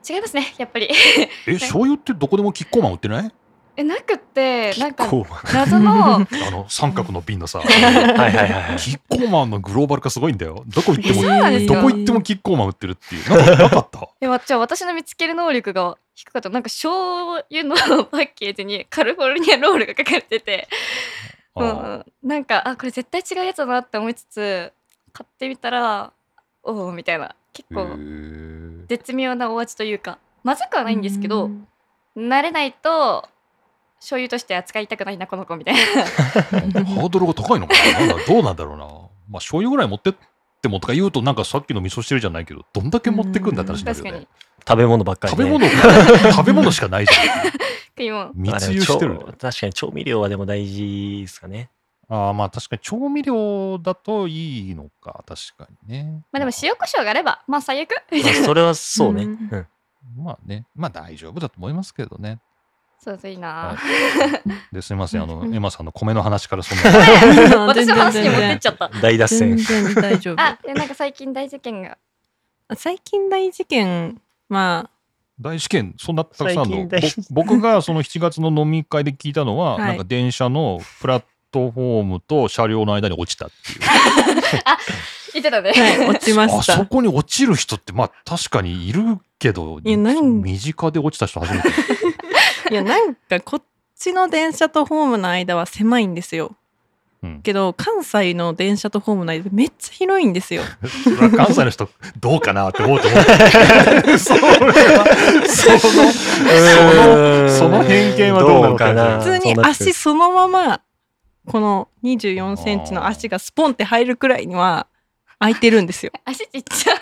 [SPEAKER 3] 違いますねやっぱり
[SPEAKER 1] ト ロントいたもんねうんえ醤油ってどこでもキッコーマン売ってない
[SPEAKER 3] えなくってなんか
[SPEAKER 2] こうは
[SPEAKER 3] 謎の
[SPEAKER 1] あの三角の瓶の さ
[SPEAKER 2] いはい はい
[SPEAKER 1] キッコーマンのグローバル化すごいんだよどこ行っても
[SPEAKER 3] そうなんです
[SPEAKER 1] ど
[SPEAKER 3] か
[SPEAKER 1] こ行ってもキッコーマン売ってるっていうなんかなかった
[SPEAKER 3] えわじゃあ私の見つける能力が低かったなんか醤油のパッケージにカリフォルニアロールが書かれてて、 う
[SPEAKER 1] あ
[SPEAKER 3] んう
[SPEAKER 1] あ
[SPEAKER 3] ん、なんかあこれ絶対違うやつだなって思いつつ買ってみたらおおみたいな
[SPEAKER 1] へ
[SPEAKER 3] 結構
[SPEAKER 1] ー
[SPEAKER 3] 絶妙なお味というかまずくはないんですけど、
[SPEAKER 4] うん
[SPEAKER 3] 慣れないと醤油として扱いたくないなこの子みたいな
[SPEAKER 1] ハードルが高いのかななんだどうなんだろうな。まあ、醤油ぐらい持ってってもとか言うと、なんかさっきの味噌汁じゃないけど、どんだけ持ってくんだって話になる
[SPEAKER 3] 確
[SPEAKER 1] よ
[SPEAKER 3] かに
[SPEAKER 1] ね。
[SPEAKER 2] 食べ物ばっかり
[SPEAKER 1] 食べ
[SPEAKER 2] ね
[SPEAKER 1] 物、食べ物しかないじゃ
[SPEAKER 3] 食い物
[SPEAKER 1] ん。密輸してる
[SPEAKER 2] あ
[SPEAKER 1] んだ
[SPEAKER 2] でも
[SPEAKER 1] よ
[SPEAKER 2] 調確かに調味料はでも大事ですかね
[SPEAKER 1] ああ、まあ確かに調味料だといいのか、確かにね。
[SPEAKER 3] まあでも塩コショウがあればまあ最悪 みた
[SPEAKER 2] まあ
[SPEAKER 3] いな
[SPEAKER 2] それはそうね
[SPEAKER 4] うん
[SPEAKER 2] うん
[SPEAKER 1] まあね、まあ大丈夫だと思いますけどね。
[SPEAKER 3] そうそういいな、
[SPEAKER 1] はいですいません、あの、エマさんの米の話からそんな。
[SPEAKER 3] 私の話に持ってっちゃった
[SPEAKER 2] 大脱
[SPEAKER 4] 全
[SPEAKER 2] 線
[SPEAKER 4] 然大丈夫
[SPEAKER 3] あでなんか最近大事件が
[SPEAKER 4] 最近大事件 ま
[SPEAKER 1] 大試験、そんなたくさんあるの
[SPEAKER 2] 最近大試験
[SPEAKER 1] ぼ僕がその7月の飲み会で聞いたのは、
[SPEAKER 4] はい
[SPEAKER 1] なんか電車のプラットフォームと車両の間に落ちたっていう。
[SPEAKER 3] 言ってたね、
[SPEAKER 4] あ、 はい、落ちま
[SPEAKER 1] あ
[SPEAKER 4] し
[SPEAKER 1] そ
[SPEAKER 4] た。
[SPEAKER 1] こに落ちる人ってまあ確かにいるけど
[SPEAKER 4] いやなん
[SPEAKER 1] 身近で落ちた人初 めて
[SPEAKER 4] いやなんかこっちの電車とホームの間は狭いんですよ。
[SPEAKER 1] うん
[SPEAKER 4] けど関西の電車とホームの間めっちゃ広いんですよ。
[SPEAKER 1] それは関西の人どうかなって思う と思うそれはそのその偏見はどうなのかな
[SPEAKER 2] どう
[SPEAKER 4] 普通に足そのままこの24センチの足がスポンって入るくらいには空いてる んですよ。
[SPEAKER 3] 足ちっちゃい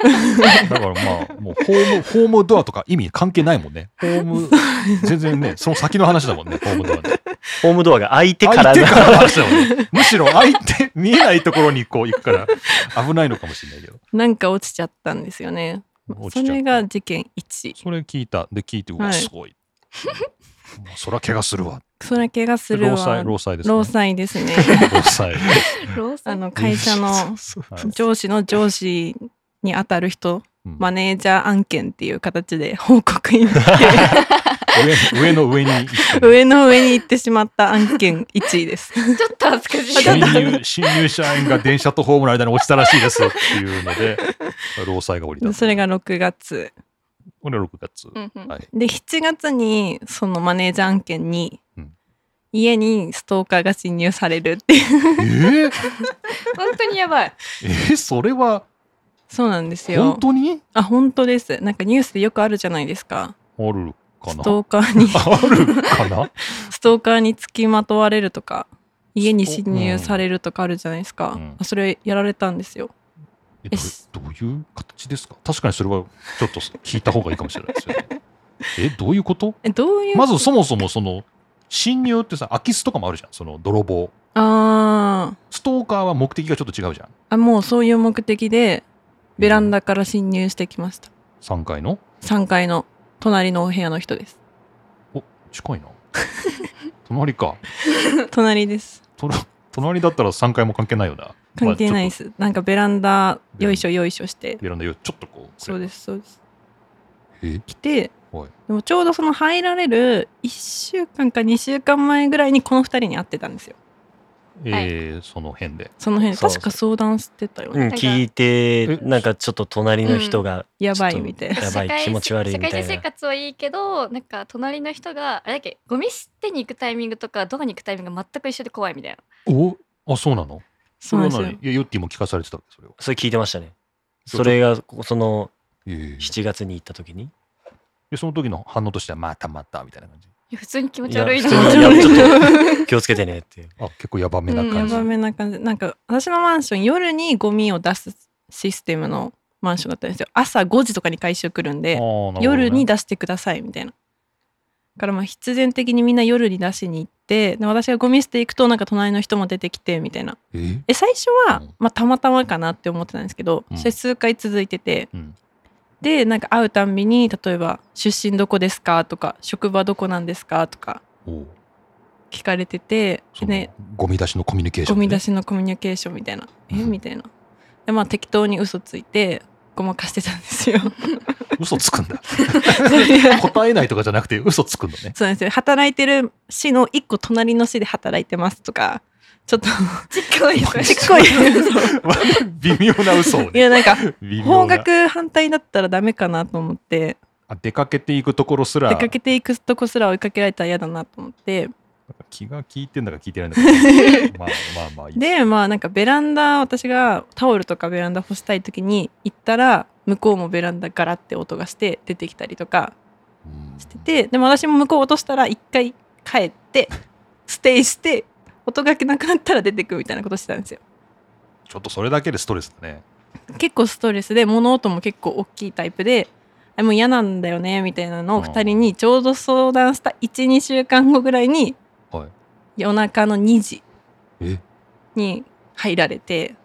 [SPEAKER 1] のだからまあもうホームホームドアとか意味関係ないもんねホーム全然ねその先の話だもんねホームドアね
[SPEAKER 2] ホームドアが開いてか
[SPEAKER 1] 相
[SPEAKER 2] ら
[SPEAKER 1] 手
[SPEAKER 2] の
[SPEAKER 1] から回したよねむしろ相手、見えないところにこう行くか ら、危ないのかもしれないけど。
[SPEAKER 4] なんか落ちちゃったんですよね。
[SPEAKER 1] 落ちちゃ
[SPEAKER 4] そ
[SPEAKER 1] った
[SPEAKER 4] れが事件1。
[SPEAKER 1] それ聞いた。で、聞いて、う
[SPEAKER 4] は
[SPEAKER 1] わ、
[SPEAKER 4] い
[SPEAKER 1] すごい。もうそりゃ怪我するわ。
[SPEAKER 4] それ怪我する
[SPEAKER 1] 労
[SPEAKER 4] は
[SPEAKER 1] 災、労災です、ね。
[SPEAKER 4] 労。災ですね。
[SPEAKER 1] 労 災。
[SPEAKER 3] ロー
[SPEAKER 4] あ
[SPEAKER 3] さん
[SPEAKER 4] の会社の
[SPEAKER 1] そうそう
[SPEAKER 4] 上司の上司に当たる人、
[SPEAKER 1] うん
[SPEAKER 4] マネージャー案件っていう形で報告 に
[SPEAKER 1] 上上の上に行ってね
[SPEAKER 4] 上の上に行ってしまった案件1位です。
[SPEAKER 3] ちょっと恥ずかしい
[SPEAKER 1] 新入新入社員が電車とホームの間に落ちたらしいですっていうの で、労災が降りた。
[SPEAKER 4] それが、6月。
[SPEAKER 1] これは6月。
[SPEAKER 3] うんうん
[SPEAKER 1] はい。
[SPEAKER 4] で7月にそのマネージャー案件に、
[SPEAKER 1] うん
[SPEAKER 4] 家にストーカーが侵入されるっていう
[SPEAKER 1] えー、
[SPEAKER 3] 本当にやばい
[SPEAKER 1] えー、それは
[SPEAKER 4] そうなんですよ
[SPEAKER 1] 本当に
[SPEAKER 4] あ本当ですなんかニュースでよくあるじゃないですか
[SPEAKER 1] あるか
[SPEAKER 4] ス
[SPEAKER 1] な
[SPEAKER 4] トーカーに
[SPEAKER 1] あるか な
[SPEAKER 4] ストーカーにつきまとわれるとか家に侵入されるとかあるじゃないですか、
[SPEAKER 1] うん
[SPEAKER 4] それやられたんですよ
[SPEAKER 1] え
[SPEAKER 4] よ
[SPEAKER 1] ど
[SPEAKER 4] し
[SPEAKER 1] どういう形ですか確かにそれはちょっと聞いた方がいいかもしれないですよね。え、どういうこと
[SPEAKER 4] えどういう
[SPEAKER 1] まずそもそもその侵入ってさ、空き巣とかもあるじゃん、その泥棒。
[SPEAKER 4] あー
[SPEAKER 1] ストーカーは目的がちょっと違うじゃん。
[SPEAKER 4] あもうそういう目的でベランダから侵入してきました
[SPEAKER 1] 3階の
[SPEAKER 4] 3階の隣のお部屋の人です
[SPEAKER 1] お近いな。 隣か。
[SPEAKER 4] 隣です
[SPEAKER 1] と隣だったら3階も関係ないよな。
[SPEAKER 4] 関係な
[SPEAKER 1] ま
[SPEAKER 4] いで
[SPEAKER 1] あちょっ
[SPEAKER 4] す、なんかベランダよいしょよいしょして
[SPEAKER 1] とベランダよ、ちょっとこう。
[SPEAKER 4] そうですそうです
[SPEAKER 1] え
[SPEAKER 4] 来て
[SPEAKER 1] はい
[SPEAKER 4] でもちょうどその入られる1週間か2週間前ぐらいにこの2人に会ってたんですよ
[SPEAKER 1] えーその辺で。
[SPEAKER 4] その辺
[SPEAKER 2] そうそう
[SPEAKER 4] 確か相談してたよ
[SPEAKER 2] う
[SPEAKER 4] ね、
[SPEAKER 2] ん、聞いて
[SPEAKER 1] え、
[SPEAKER 2] なんかちょっと隣の人が、
[SPEAKER 4] やばいみたいな
[SPEAKER 2] やばい
[SPEAKER 3] 社会
[SPEAKER 2] 気持ち悪いみたいな
[SPEAKER 3] 社会人生活はいいけどなんか隣の人があれだっけゴミ捨てに行くタイミングとかドアに行くタイミングが全く一緒で怖いみたいな
[SPEAKER 1] おあ、そうなの
[SPEAKER 4] そ
[SPEAKER 1] そう
[SPEAKER 4] な
[SPEAKER 1] れ
[SPEAKER 4] ん
[SPEAKER 1] は
[SPEAKER 4] ですよ
[SPEAKER 1] 何いや、ヨッティも聞かされてたわけ、それを。
[SPEAKER 2] それ聞いてましたね。
[SPEAKER 1] そう
[SPEAKER 2] それが、その
[SPEAKER 1] えー
[SPEAKER 2] 7月に行った 時に。
[SPEAKER 1] で、その時の反応としては、またまたみたいな感じ。
[SPEAKER 3] いや普通に気持ち悪い
[SPEAKER 2] や
[SPEAKER 3] な
[SPEAKER 2] 普通にいやち ょっと気をつけてねって。
[SPEAKER 1] あ、結構やばめな
[SPEAKER 4] や
[SPEAKER 1] 感じ。
[SPEAKER 4] ばめな感じなんか私のマンション夜にゴミを出すシステムのマンションだったんですよ朝5時とかに回収来るん
[SPEAKER 1] あー
[SPEAKER 4] で、
[SPEAKER 1] なるほどね
[SPEAKER 4] 夜に出してくださいみたいなだからまあ必然的にみんな夜に出しに行ってで私がゴミ捨て行くとなんか隣の人も出てきてみたいな
[SPEAKER 1] え
[SPEAKER 4] え最初は、
[SPEAKER 1] うん
[SPEAKER 4] まあ、たまたまかなって思ってたんですけど、
[SPEAKER 1] うん
[SPEAKER 4] それ数回続いてて、
[SPEAKER 1] うん
[SPEAKER 4] でなんか会うたんびに例えば「出身どこですか?」とか「職場どこなんですか?」とか
[SPEAKER 1] おう
[SPEAKER 4] 聞かれてて
[SPEAKER 1] その
[SPEAKER 4] で
[SPEAKER 1] ゴミ出しのコミュニケーショ
[SPEAKER 4] ゴ
[SPEAKER 1] ンね、
[SPEAKER 4] ミ出しのコミュニケーションみたいな「え
[SPEAKER 1] うん
[SPEAKER 4] みたいなでまあ適当に嘘ついてごまかしてたんです よ
[SPEAKER 1] 嘘つく んだ
[SPEAKER 4] そう
[SPEAKER 1] 答えないとかじゃなくて嘘つくのね
[SPEAKER 4] そうなんですよ働いてる市の一個隣の市で働いてますとかちょっと
[SPEAKER 3] ちっこいよこれ
[SPEAKER 4] ちっこいそう
[SPEAKER 1] 微妙な嘘を
[SPEAKER 4] い
[SPEAKER 1] ね
[SPEAKER 4] やなんか
[SPEAKER 1] 微妙な
[SPEAKER 4] 方角反対だったらダメかなと思って
[SPEAKER 1] あ出かけていくところすら
[SPEAKER 4] 出かけていくとこすら追いかけられたら嫌だなと思って
[SPEAKER 1] 気が利いてんだか聞いてないんだ かまあまあまあいい
[SPEAKER 4] でまあなんかベランダ私がタオルとかベランダ干したい時に行ったら向こうもベランダガラって音がして出てきたりとか
[SPEAKER 1] うん
[SPEAKER 4] しててでも私も向こう落としたら一回帰ってステイして音がなくなったら出てくみたいなことしてたんですよ
[SPEAKER 1] ちょっとそれだけでストレスだね
[SPEAKER 4] 結構ストレスで物音も結構大きいタイプであもう嫌なんだよねみたいなのを2人にちょうど相談した12週間後ぐらいに
[SPEAKER 1] はい
[SPEAKER 4] 夜中の2時
[SPEAKER 1] え
[SPEAKER 4] に入られて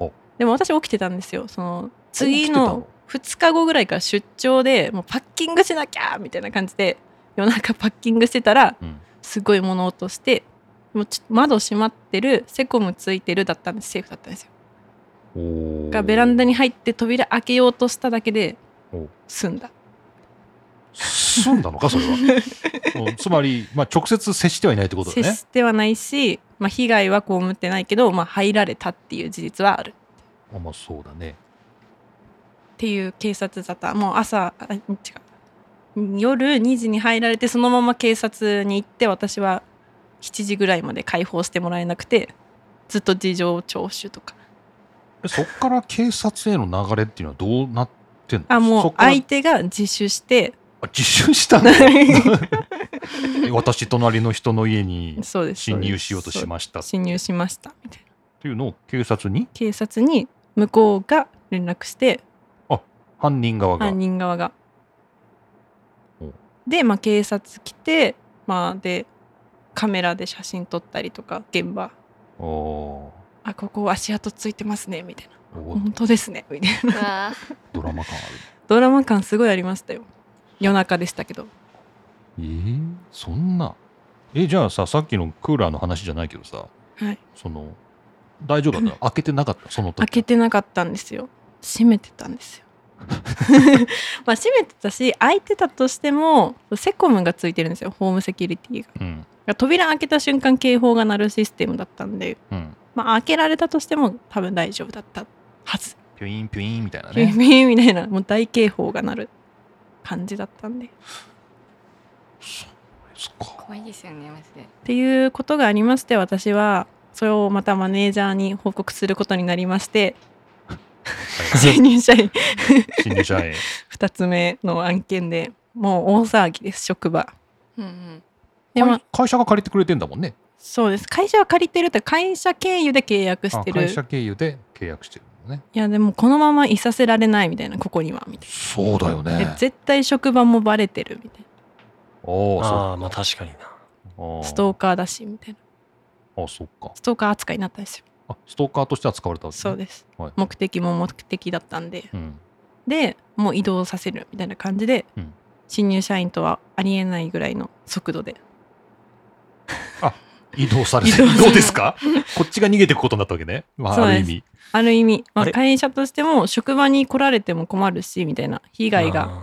[SPEAKER 1] お
[SPEAKER 4] でも私起きてたんですよその次
[SPEAKER 1] 起きてた
[SPEAKER 4] の
[SPEAKER 1] の
[SPEAKER 4] 2日後ぐらいから出張でもうパッキングしなきゃみたいな感じで夜中パッキングしてたら
[SPEAKER 1] うん
[SPEAKER 4] すごい物音してもうちょ窓閉まってるセコムついてるだったんですセーフだったんですよ
[SPEAKER 1] おー
[SPEAKER 4] がベランダに入って扉開けようとしただけで
[SPEAKER 1] お
[SPEAKER 4] 済んだ
[SPEAKER 1] 済んだのかそれ はうんつまり、まあ、直接接してはいないってことだ
[SPEAKER 4] 接
[SPEAKER 1] ね
[SPEAKER 4] してはないし、まあ、被害は被ってないけど、まあ、入られたっていう事実はある
[SPEAKER 1] あまあそうだね
[SPEAKER 4] っていう警察沙汰もう朝あ違う夜2時に入られてそのまま警察に行って私は7時ぐらいまで解放してもらえなくてずっと事情聴取とか
[SPEAKER 1] えそっから警察への流れっていうのはどうなってんの
[SPEAKER 4] あも
[SPEAKER 1] そうっから
[SPEAKER 4] 相手が自首して
[SPEAKER 1] あ自首した のえ私隣の人の家に
[SPEAKER 4] そうです
[SPEAKER 1] 侵入しようとしました
[SPEAKER 4] た
[SPEAKER 1] っ
[SPEAKER 4] 侵入しましたみたいな
[SPEAKER 1] ていうのを警察に
[SPEAKER 4] 警察に向こうが連絡して
[SPEAKER 1] 犯人側が
[SPEAKER 4] 犯人側が
[SPEAKER 1] お。
[SPEAKER 4] で、まあ、警察来て、まあ、でカメラで写真撮ったりとか現場
[SPEAKER 1] おお
[SPEAKER 4] あここ足跡ついてますねみたいな
[SPEAKER 1] ーおー
[SPEAKER 4] 本当ですね みたいな
[SPEAKER 3] う
[SPEAKER 1] ド
[SPEAKER 3] わ
[SPEAKER 1] ラマ感あ
[SPEAKER 4] ドラマ感すごいありましたよ夜中でしたけど
[SPEAKER 1] る。えー、そんな。え、じゃあさ、さっきのクーラーの話じゃないけどさ、
[SPEAKER 4] はい
[SPEAKER 1] その、大丈夫だった開けてなかったその時。
[SPEAKER 4] 開けてなかったんですよ閉めてたんですよまあ閉めてたし開いてたとしてもセコムがついてるんですよホームセキュリティが
[SPEAKER 1] うん。
[SPEAKER 4] 扉開けた瞬間警報が鳴るシステムだったんで、
[SPEAKER 1] うん。
[SPEAKER 4] まあ、開けられたとしても多分大丈夫だったはず
[SPEAKER 1] ピュインピュインみたいな
[SPEAKER 4] ピュ
[SPEAKER 1] ね
[SPEAKER 4] ン。ピ ュンみたいなもう大警報が鳴る感じだったんでっ
[SPEAKER 1] そうですか。
[SPEAKER 3] 怖いですよねマジで
[SPEAKER 4] ていうことがありまして私はそれをまたマネージャーに報告することになりまして 新入社員
[SPEAKER 1] 新入社員。
[SPEAKER 4] 2つ目の案件でもう大騒ぎです職場
[SPEAKER 3] うんうん
[SPEAKER 4] でも
[SPEAKER 1] 会会社が借りてくれてんだもんね。
[SPEAKER 4] そうです会社は借りてるって会社経由で契約し
[SPEAKER 1] あ
[SPEAKER 4] てる
[SPEAKER 1] 会
[SPEAKER 4] い
[SPEAKER 1] 社経由で契約してるのね。
[SPEAKER 4] やでもこのままいさせられないみたいなここにはみたい
[SPEAKER 1] そうだよ
[SPEAKER 4] な、で
[SPEAKER 1] ね。
[SPEAKER 4] 絶対職場もバレてるみたい
[SPEAKER 1] おお、そう
[SPEAKER 2] ああ、まあ確かにな。
[SPEAKER 1] あ
[SPEAKER 4] なストーカーだしみたいな
[SPEAKER 1] ーあ、そっか。
[SPEAKER 4] ストーカー扱いになったんですよ
[SPEAKER 1] あ、ストーカーとして扱われたわけ、ね。
[SPEAKER 4] そうです
[SPEAKER 1] はい
[SPEAKER 4] 目的も目的だったんで
[SPEAKER 1] うん。
[SPEAKER 4] でもう移動させるみたいな感じで、
[SPEAKER 1] うん
[SPEAKER 4] 新入社員とはありえないぐらいの速度で
[SPEAKER 1] 移動されて
[SPEAKER 4] 移動する
[SPEAKER 1] どうですか こっちが逃げていくことになったわけね。ま
[SPEAKER 4] そ
[SPEAKER 1] あ、
[SPEAKER 4] う
[SPEAKER 1] あ
[SPEAKER 4] です
[SPEAKER 1] る意味。
[SPEAKER 4] ある意味、まあ
[SPEAKER 2] あれ
[SPEAKER 4] 会社としても職場に来られても困るしみたいな被害が
[SPEAKER 2] あ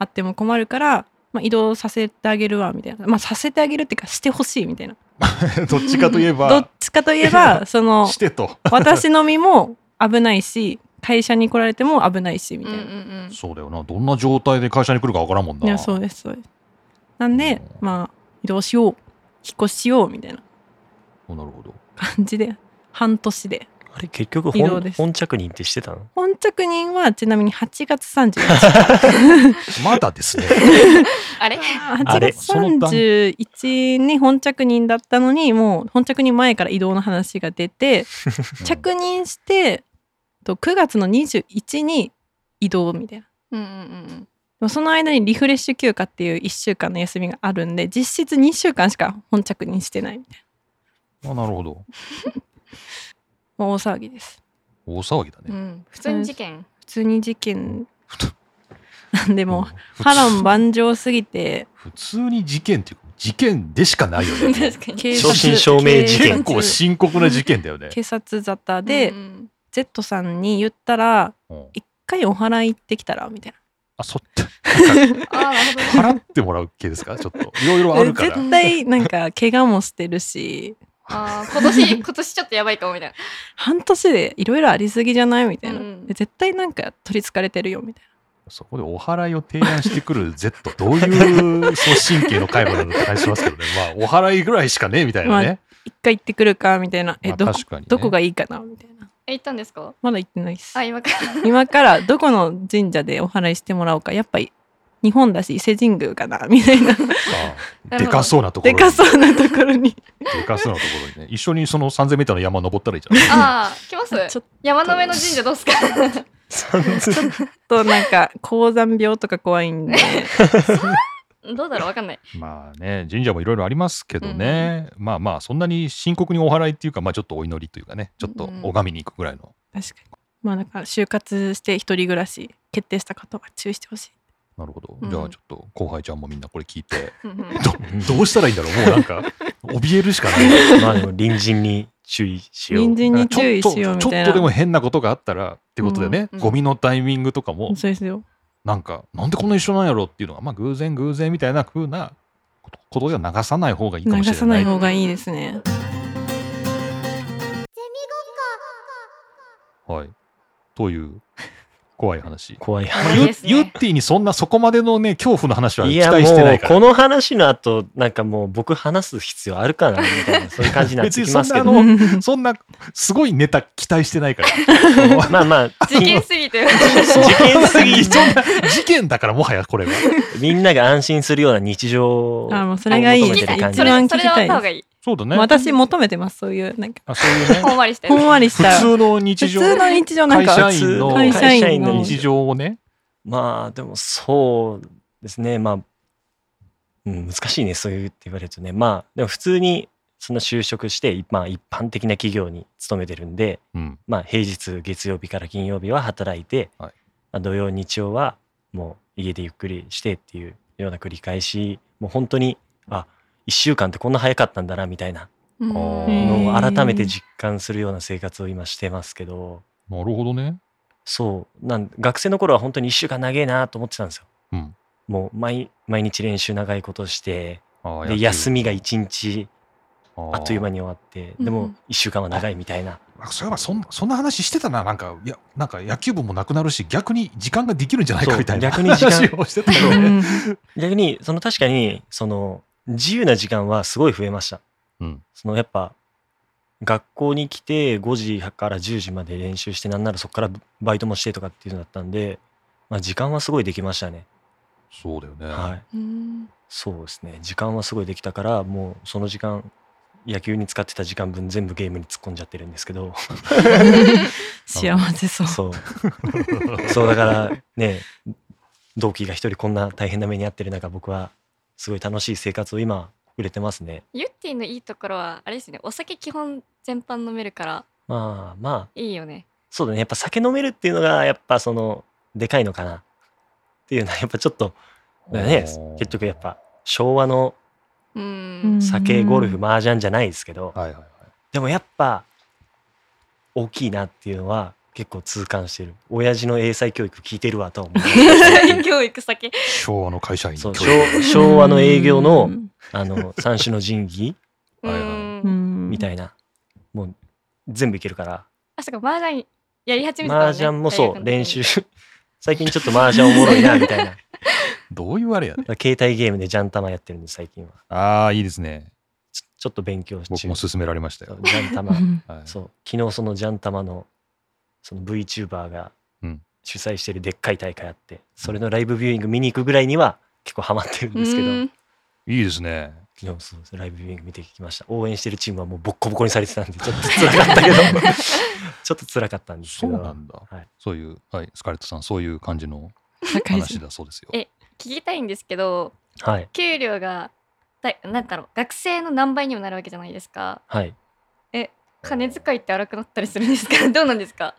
[SPEAKER 4] あっても困るから、まあ、移動させてあげるわみたいな、まあ、させてあげるっていうかしてほしいみたいな
[SPEAKER 1] どっちかといえ
[SPEAKER 4] どっ
[SPEAKER 1] ば、
[SPEAKER 4] ちかといえばその
[SPEAKER 1] してと。
[SPEAKER 4] 私の身も危ないし会社に来られても危ないしみ
[SPEAKER 3] うん
[SPEAKER 4] た
[SPEAKER 3] う
[SPEAKER 4] い
[SPEAKER 3] ん
[SPEAKER 4] な、
[SPEAKER 3] うん
[SPEAKER 1] そうだよな。どんな状態で会社に来るかわからんもんな。
[SPEAKER 4] いやそうですそうですなんで
[SPEAKER 1] うん
[SPEAKER 4] まあ移動しよう引っ越ししようみたいな
[SPEAKER 1] なるほど。
[SPEAKER 4] 感じで半年で
[SPEAKER 2] ーあれ結局
[SPEAKER 4] 移動
[SPEAKER 2] 本
[SPEAKER 4] です
[SPEAKER 2] 本着任ってしてたの
[SPEAKER 4] 本着任はちなみに8月31
[SPEAKER 1] まだです ね。
[SPEAKER 3] あれ
[SPEAKER 2] あ
[SPEAKER 4] 8
[SPEAKER 2] れ
[SPEAKER 4] 月
[SPEAKER 1] その段
[SPEAKER 4] 31に本着任だったのにもう本着任前から移動の話が出て着任してと9月の21に移動みたいな。
[SPEAKER 3] うんうんうん
[SPEAKER 4] でもその間にリフレッシュ休暇っていう1週間の休みがあるんで実質2週間しか本着任してないみたい
[SPEAKER 1] うんあなるほど。
[SPEAKER 4] なもう大騒ぎです
[SPEAKER 1] 大騒ぎだ
[SPEAKER 3] う
[SPEAKER 1] ね。
[SPEAKER 3] ん普通に事件
[SPEAKER 4] 普通に事件なんでも
[SPEAKER 1] う
[SPEAKER 4] うん波乱万丈すぎて
[SPEAKER 1] 普通に事件っていうか、事件でしかないよ ね。
[SPEAKER 3] 確かに
[SPEAKER 4] 警
[SPEAKER 2] 正真正銘事件
[SPEAKER 1] 結構深刻な事件だよね。
[SPEAKER 4] 警察沙汰で、
[SPEAKER 3] うん
[SPEAKER 4] Z さんに言ったら
[SPEAKER 1] うん
[SPEAKER 4] 一回お祓い行ってきたらみたいな
[SPEAKER 1] あ、そっ
[SPEAKER 3] うんああなるほどね
[SPEAKER 1] 払ってもらう系ですかちょっと。いろいろあるから。
[SPEAKER 4] 絶対なんか怪我もしてるし
[SPEAKER 3] あー今 年今年ちょっとやばいかもみたい
[SPEAKER 4] 半年でいろいろありすぎじゃないみたいな、
[SPEAKER 3] うん
[SPEAKER 4] で絶対なんか取り憑かれてるよみたい
[SPEAKER 1] そこでお祓いを提案してくる Z、どういうその神経の回路なのか感じしますけどね。まあ、お祓いぐらいしかねえみたいなね。
[SPEAKER 4] な一回行ってくるかみたいなえ、
[SPEAKER 1] まあ
[SPEAKER 4] どこ
[SPEAKER 1] 確かにね
[SPEAKER 4] どこがいいかなみたいな
[SPEAKER 3] な行ったんですか
[SPEAKER 4] まだ行ってないっす
[SPEAKER 3] あ今から
[SPEAKER 4] 今からどこの神社でお祓いしてもらおうかやっぱり日本だし伊勢神宮かなみたい な
[SPEAKER 1] ああ でかそうなところ
[SPEAKER 4] で
[SPEAKER 1] に。
[SPEAKER 4] かそうなところに
[SPEAKER 1] でかそうなところにね。一 緒にその 3000m の山登ったらいいじゃん。
[SPEAKER 3] ああ来ます
[SPEAKER 4] ちょっ
[SPEAKER 3] 山の上の神社どうっすか
[SPEAKER 4] となんか高山病とか怖いんで
[SPEAKER 3] どうだろうわかんない
[SPEAKER 1] まあね、神社もいろいろありますけどね。まあまあ、そんなに深刻にお祓いっていうか、まあちょっとお祈りというかね、ちょっと拝みに行くぐらいの。
[SPEAKER 4] 確かにまあだから就活して一人暮らし決定した方は注意してほしい
[SPEAKER 1] なるほど
[SPEAKER 3] う。ん
[SPEAKER 1] じゃあちょっと後輩ちゃんもみんなこれ聞いて、
[SPEAKER 3] うんうん
[SPEAKER 1] どうしたらいいんだろうもうなんか、怯えるしかない。
[SPEAKER 2] まあでも隣人に注意しよう。
[SPEAKER 4] 隣人に注意しようみ
[SPEAKER 1] ちょ
[SPEAKER 4] たい
[SPEAKER 1] っ
[SPEAKER 4] な
[SPEAKER 1] とでも変なことがあったらってことでね、
[SPEAKER 3] うん
[SPEAKER 1] ゴミのタイミングとかも、
[SPEAKER 4] そうですよ
[SPEAKER 1] なんかなんでこんな一緒なんやろっていうのがまあ偶然偶然みたいな風なことことでは流さない方がいいかも
[SPEAKER 4] 流
[SPEAKER 1] しれない
[SPEAKER 4] さない方がいいですね
[SPEAKER 1] はい、という怖い 話
[SPEAKER 2] 怖い
[SPEAKER 3] 怖い
[SPEAKER 1] ゆ
[SPEAKER 3] ですね
[SPEAKER 1] ゆってぃにそんなそこまでのね恐怖の話は期
[SPEAKER 2] いやも
[SPEAKER 1] 待してな
[SPEAKER 2] う
[SPEAKER 1] いから
[SPEAKER 2] この話の後なんかもう僕話す必要あるかなみたいなそういう感じになってきますけ
[SPEAKER 1] 別にそんなあの
[SPEAKER 2] ど ま
[SPEAKER 1] そんなすごいネタ期待して ないからこの
[SPEAKER 2] あまあ
[SPEAKER 3] 事件す ぎて
[SPEAKER 2] 事件すぎ
[SPEAKER 1] そんな事件だからもはやこれは
[SPEAKER 2] みんなが安心するような日常を
[SPEAKER 4] あもうそれがいい
[SPEAKER 3] 聞
[SPEAKER 2] 求め
[SPEAKER 3] き
[SPEAKER 2] て
[SPEAKER 3] た
[SPEAKER 2] る
[SPEAKER 3] い
[SPEAKER 2] 感じ
[SPEAKER 3] それ
[SPEAKER 4] 一番聞き
[SPEAKER 3] それ
[SPEAKER 4] たい
[SPEAKER 3] で終わった方がいい
[SPEAKER 1] そうだね、
[SPEAKER 4] 私求めてますそういうなんか
[SPEAKER 1] あそういうね
[SPEAKER 3] ほんわりして
[SPEAKER 4] ほんわりし
[SPEAKER 1] 普
[SPEAKER 4] た普
[SPEAKER 1] 通の日常
[SPEAKER 4] 通の日常なん
[SPEAKER 1] 会
[SPEAKER 4] か
[SPEAKER 1] 社員の
[SPEAKER 4] 会社員の
[SPEAKER 1] 日常をね
[SPEAKER 2] まあでもそうですねまあうん、難しいね、そういうって言われるとね。まあ、でも普通に、その就職して、いまあ一般的な企業に勤めてるんで、
[SPEAKER 1] うん。
[SPEAKER 2] まあ平日月曜日から金曜日は働いて、
[SPEAKER 1] はい
[SPEAKER 2] まあ土曜日曜はもう家でゆっくりしてっていうような繰り返し、もう本当に、あ、1週間ってこんな早かったんだな、みたいな
[SPEAKER 4] うん
[SPEAKER 1] あー
[SPEAKER 2] のを改めて
[SPEAKER 4] うん
[SPEAKER 2] 実感するような生活を今してますけど、
[SPEAKER 1] なるほどね。
[SPEAKER 2] そうなん学生の頃は本当に1週間長えなと思ってたんですよ。
[SPEAKER 1] うん。
[SPEAKER 2] もう毎毎日練習長いことして
[SPEAKER 1] あ
[SPEAKER 2] で休みが1日あっという間
[SPEAKER 1] に。
[SPEAKER 2] に終わって
[SPEAKER 4] うん
[SPEAKER 2] でも1週間は長いみたいな、
[SPEAKER 1] あそういえばそん、そんな話してたな。なんか、いや、なんか野球部もなくなるし、逆に時間ができるんじゃないかみたいな
[SPEAKER 2] そう逆に時間
[SPEAKER 1] 話をしてたよ
[SPEAKER 4] う
[SPEAKER 1] ね。
[SPEAKER 4] ん
[SPEAKER 2] 逆にその確かにその自由な時間はすごい増えました。
[SPEAKER 1] うん
[SPEAKER 2] そのやっぱ学校に来て5時から10時まで練習してなんならそこからバイトもしてとかっていうのだったんで、まあ、時間はすごいできましたね。
[SPEAKER 1] そうだよね。
[SPEAKER 2] はい
[SPEAKER 4] うん
[SPEAKER 2] そうですね時間はすごいできたからもうその時間野球に使ってた時間分全部ゲームに突っ込んじゃってるんですけ ど
[SPEAKER 4] 幸せそう。
[SPEAKER 2] そう そうだからね同期が一人こんな大変な目に遭ってる中僕はすごい楽しい生活を今送れてますね
[SPEAKER 3] ユッティのいいところはあれですねお酒基本全般飲めるから
[SPEAKER 2] まあまあ
[SPEAKER 3] いいよね
[SPEAKER 2] そうだねやっぱ酒飲めるっていうのがやっぱそのでかいのかなっていうのはやっぱちょっとだよね
[SPEAKER 1] おー
[SPEAKER 2] 結局やっぱ昭和の
[SPEAKER 3] う
[SPEAKER 4] うん
[SPEAKER 3] ん
[SPEAKER 2] 酒ゴルフ
[SPEAKER 4] うん
[SPEAKER 2] 麻雀じゃないですけど、
[SPEAKER 1] はいはいはい。
[SPEAKER 2] でもやっぱ大きいなっていうのは結構痛感してる親父の英才教育聞いてるわとは 思
[SPEAKER 3] 教育酒
[SPEAKER 1] 昭和の会社員
[SPEAKER 2] うそう
[SPEAKER 1] 教
[SPEAKER 2] 昭
[SPEAKER 1] 育
[SPEAKER 2] 昭和の営業
[SPEAKER 4] う
[SPEAKER 2] の
[SPEAKER 4] ん
[SPEAKER 2] あの三種の神器
[SPEAKER 3] う
[SPEAKER 1] はいはい
[SPEAKER 4] うんん
[SPEAKER 2] みたいなもう全部いけるから
[SPEAKER 3] あそうか麻雀やり始めてたね
[SPEAKER 2] 麻雀も
[SPEAKER 3] 大
[SPEAKER 2] そ
[SPEAKER 3] 学の時
[SPEAKER 2] う
[SPEAKER 3] に
[SPEAKER 2] 練習最近ちょっと麻雀おもろいなみたいなだか
[SPEAKER 1] どういうあれやね。
[SPEAKER 2] ら携帯ゲームでジャンタマやってるんで最近は
[SPEAKER 1] ああ、いいですね。
[SPEAKER 2] ちょちょっと勉強中
[SPEAKER 1] 僕も勧められました
[SPEAKER 2] そ
[SPEAKER 1] よ
[SPEAKER 2] う。ジャンタ
[SPEAKER 4] う
[SPEAKER 2] マ
[SPEAKER 4] ん
[SPEAKER 1] はい
[SPEAKER 2] そう昨日そのジャンタマのその VTuber が
[SPEAKER 1] うん
[SPEAKER 2] 主催してるでっかい大会あって、それのライブビューイング見に行くぐらいには結構ハマってるんですけど
[SPEAKER 3] うん
[SPEAKER 1] いいですね。
[SPEAKER 2] 昨日そうですライブビューイング見てきました応援してるチームはもうボッコボコにされてたんでちょっと辛かった けどちょっと辛かったんです
[SPEAKER 1] そ
[SPEAKER 2] け
[SPEAKER 1] う
[SPEAKER 2] ど
[SPEAKER 1] なんだ。
[SPEAKER 2] はい
[SPEAKER 1] そういう、はい、スカレットさん、そういう感じの
[SPEAKER 4] 社会
[SPEAKER 1] 話
[SPEAKER 4] 人。
[SPEAKER 1] だそうですよ。
[SPEAKER 3] え聞きたいんですけど
[SPEAKER 2] はい
[SPEAKER 3] 給料がだなんだろう学生の何倍にもなるわけじゃないですか
[SPEAKER 2] はい
[SPEAKER 3] 金遣いって荒くなったりするんですか どうなんですか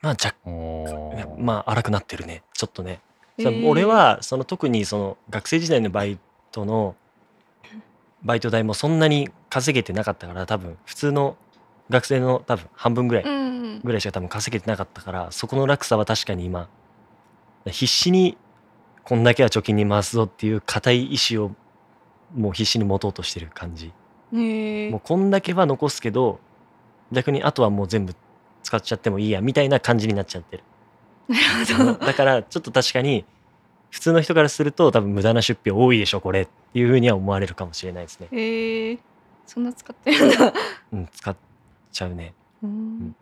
[SPEAKER 2] まあ若
[SPEAKER 1] おー
[SPEAKER 2] まあ荒くなってるねちょっとね
[SPEAKER 3] へー
[SPEAKER 2] 俺はその特にその学生時代のバイトのバイト代もそんなに稼げてなかったから多分普通の学生の多分半分ぐらい
[SPEAKER 3] うん
[SPEAKER 2] ぐらいしか多分稼げてなかったからそこの落差は確かに今必死にこんだけは貯金に回すぞっていう固い意志をもう必死に持とうとしてる感じ
[SPEAKER 3] へえ
[SPEAKER 2] もうこんだけは残すけど逆にあとはもう全部使っちゃってもいいやみたいな感じになっちゃってる
[SPEAKER 3] なるほど
[SPEAKER 2] だからちょっと確かに普通の人からすると多分無駄な出費多いでしょこれっていうふうには思われるかもしれないですね、
[SPEAKER 3] へ えそんな使ってるんだ
[SPEAKER 2] うん、使っちゃうね
[SPEAKER 3] うん